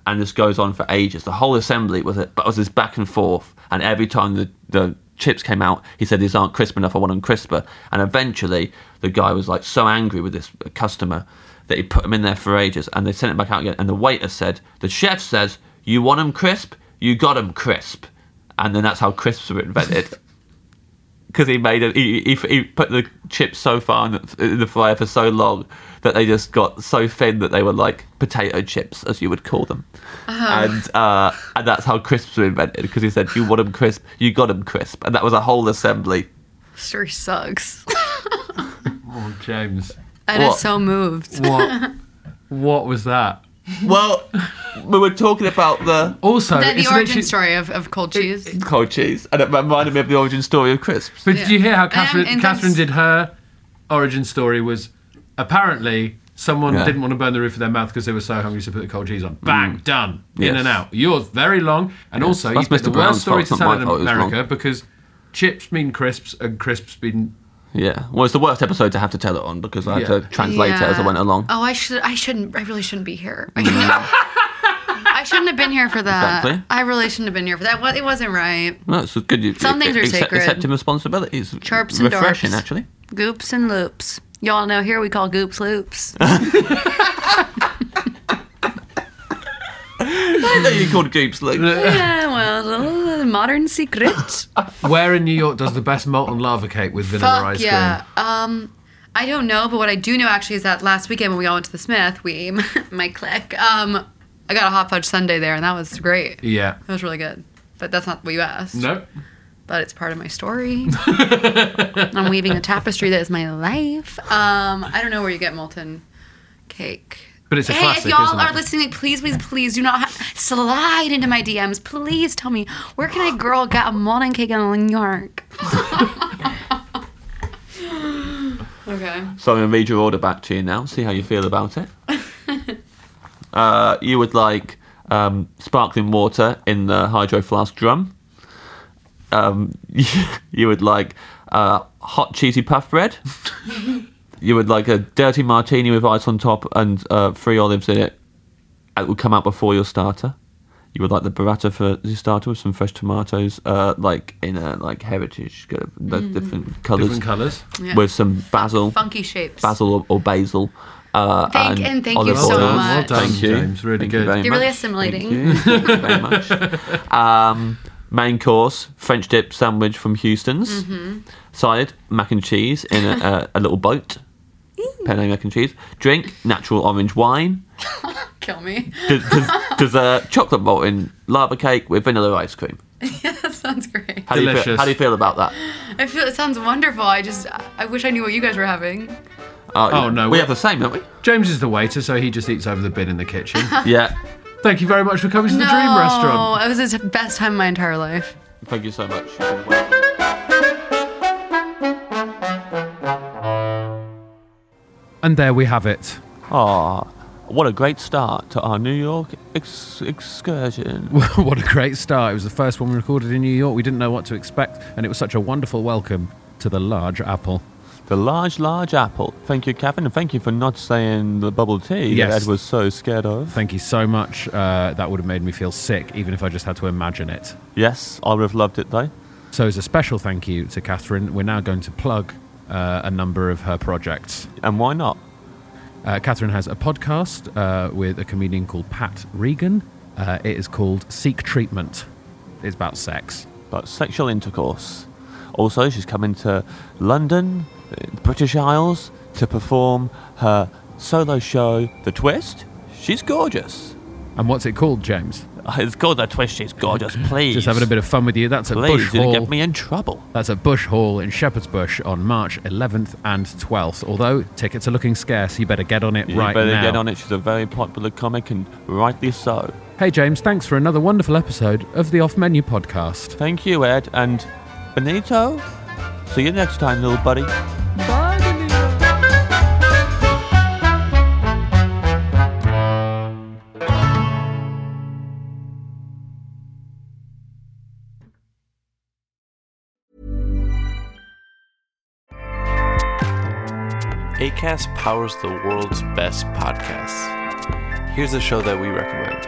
C: and this goes on for ages. The whole assembly was it, but it was this back and forth, and every time the, the chips came out, he said these aren't crisp enough. I want them crisper. And eventually, the guy was like so angry with this uh, customer that he put them in there for ages, and they sent it back out again. And the waiter said, "The chef says you want them crisp, you got them crisp," and then that's how crisps were invented. Because he made it, he, he, he put the chips so far in the, in the fryer for so long that they just got so thin that they were like potato chips, as you would call them.
E: Uh-huh.
C: And uh, and that's how crisps were invented because he said, "You want 'em crisp, you got 'em crisp," and that was a whole assembly.
E: Sure sucks.
B: Oh, James.
E: I just so moved.
B: What? [laughs] What was that?
C: Well, we were talking about the
B: also
E: that the origin story of, of cold cheese.
C: cold cheese, and it reminded me of the origin story of crisps.
B: But did you hear how
E: And I'm
B: Catherine,
E: incons-
B: Catherine did her origin story? Was apparently someone
C: Yeah.
B: didn't want to burn the roof of their mouth because they were so hungry, so put the cold cheese on. Bang,
C: Mm.
B: done, in
C: Yes.
B: and out. Yours very long, and
C: Yeah.
B: also
C: That's
B: you picked the
C: Mr. Brown's
B: worst story
C: fault,
B: to
C: it's not
B: tell
C: my
B: in
C: fault, it's wrong.
B: America because chips mean crisps and crisps mean
C: Yeah, well, it's the worst episode to have to tell it on because I had
B: Yeah.
C: to translate it as I
E: Yeah.
C: went along.
E: Oh, I should. I shouldn't. I really shouldn't be here. I shouldn't,
C: [laughs]
E: I shouldn't have been here for that.
C: Exactly.
E: I really shouldn't have been here for that. Well, It wasn't right.
C: No, it's good. You,
E: Some things are
C: accept-
E: sacred.
C: Accepting responsibilities.
E: Chirps and
C: refreshing,
E: darps.
C: actually. [laughs]
E: Goops and loops. Y'all know here we call goops loops.
C: I know you called Goops Luke.
E: yeah, well, uh, modern
B: [laughs]
E: secret.
B: Where in New York does the best molten lava cake with vanilla
E: Fuck
B: ice
E: yeah.
B: cream?
E: Um, I don't know, but what I do know actually is that last weekend when we all went to the Smith, we, [laughs] my clique, um, I got a hot fudge sundae there, and that was great.
B: Yeah.
E: It was really good. But that's not what you asked.
B: No.
E: But it's part of
B: [laughs]
E: my story. I'm weaving a tapestry that is my life. Um, I don't know where you get molten cake.
B: But it's a
E: hey,
B: classic,
E: if y'all
B: isn't
E: are
B: it?
E: listening, please, please, please do not ha- slide into my DMs. Please tell me where can a girl get a molten cake in New York? [laughs] okay.
C: So I'm going to read your order back to you now, see how you feel about
E: [laughs]
C: it. uh, you would like um, sparkling water in the hydro flask drum. Um, [laughs] you would like uh, hot cheesy puff
E: [laughs]
C: bread. you would like a dirty martini with ice on top and uh, three olives in it. It would come out before your starter. You would like the burrata for your starter with some fresh tomatoes, uh, like in a like heritage, got those
E: Mm.
C: different colours,
B: Different colours.
E: Yeah.
C: with some
B: Oh.
C: basil,
E: Funky shapes.
C: basil or, or basil. Uh,
E: Thank- and thank you
C: olive
E: so
C: oil.
E: Well done, much. well
B: done,
C: Thank you.
B: James, really
C: Thank you
B: good.
C: very
E: You're really
C: much.
E: assimilating.
C: Thank you very much.
E: [laughs]
C: Um, main course: French dip sandwich from Houston's.
E: Mhm.
C: Side: mac and cheese in a, a, a little boat. Penne mac and cheese. Drink: natural orange wine.
E: Kill me. [laughs]
C: D- des- dessert: chocolate molten lava cake with vanilla ice cream.
E: yeah, that sounds great.
C: How do, you feel,
B: Delicious.
C: how do you feel about that?
E: I feel it sounds wonderful. I just I wish I knew what you guys were having.
C: Oh,
B: Oh, no,
C: we have the same, don't
E: [laughs]
C: we?
B: James is the waiter, so he just eats over the bin in the kitchen.
C: yeah.
B: Thank you very much for coming to the Dream Restaurant.
E: No, it was the best time of my entire life.
C: Thank you so much.
B: And there we have it. [laughs]
J: Ah, what a great start to our New York ex- excursion.
B: what a great start. It was the first one we recorded in New York. We didn't know what to expect, and it was such a wonderful welcome to the large apple.
J: The large, large apple. Thank you, Catherine, and thank you for not saying the bubble tea that Ed was so scared of.
B: Thank you so much. Uh, that would have made me feel sick, even if I just had to imagine it.
J: Yes, I would have loved it though.
B: So, as a special thank you to Catherine, we're now going to plug uh, a number of her projects.
J: And why not?
B: Uh, Catherine has a podcast uh, with a comedian called Pat Regan. Uh, it is called Seek Treatment. It's about sex.
J: But sexual intercourse. Also, she's coming to London, uh, the British Isles, to perform her solo show, The Twist. She's gorgeous. Uh,
B: And what's it called, James?
J: It's called The Twist. She's gorgeous. Please.
B: [laughs] Just having a bit of fun with you. That's at
J: Please,
B: Bush
J: you
B: Hall.
J: get me in trouble.
B: That's at Bush Hall in Shepherd's Bush on March 11th and 12th. Although tickets are looking scarce, you better get on it
J: You
B: right
J: better
B: now.
J: get on it. She's a very popular comic, and rightly so.
B: Hey, James, thanks for another wonderful episode of the Off Menu Podcast.
J: Thank you, Ed, and Benito. See you next time, little buddy.
K: ACAST powers the world's best podcasts. Here's a show that we recommend.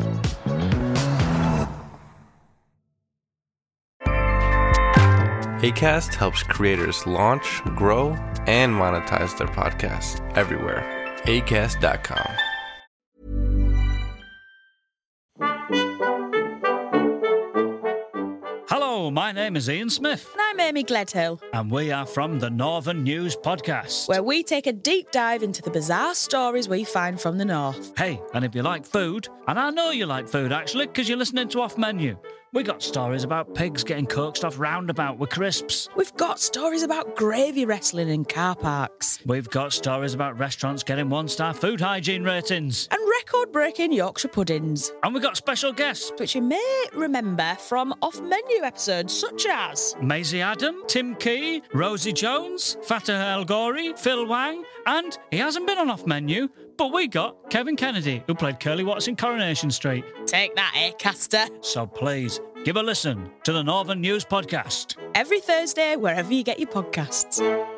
L: ACAST helps creators launch, grow, and monetize their podcasts everywhere. ACAST.com.
G: Hello, my name is Ian Smith,
M: And I'm Amy Gledhill,
G: and we are from the Northern News Podcast.
M: where we take a deep dive into the bizarre stories we find from the North.
G: Hey, and if you like food, and I know you like food actually, because you're listening to Off Menu, we got stories about pigs getting coaxed off roundabout with crisps.
M: We've got stories about gravy wrestling in car parks
G: We've got stories about restaurants getting one star food hygiene ratings.
M: and record breaking Yorkshire puddings,
G: And we got special guests
M: which you may remember from off menu episodes such as.
G: Maisie Adam, Tim Key, Rosie Jones, Fatah El Ghori, Phil Wang, and he hasn't been on off menu, but we got Kevin Kennedy, who played Curly Watts in Coronation Street.
M: Take that, eh, Caster?
G: So please give a listen to the Northern News Podcast.
M: Every Thursday, wherever you get your podcasts.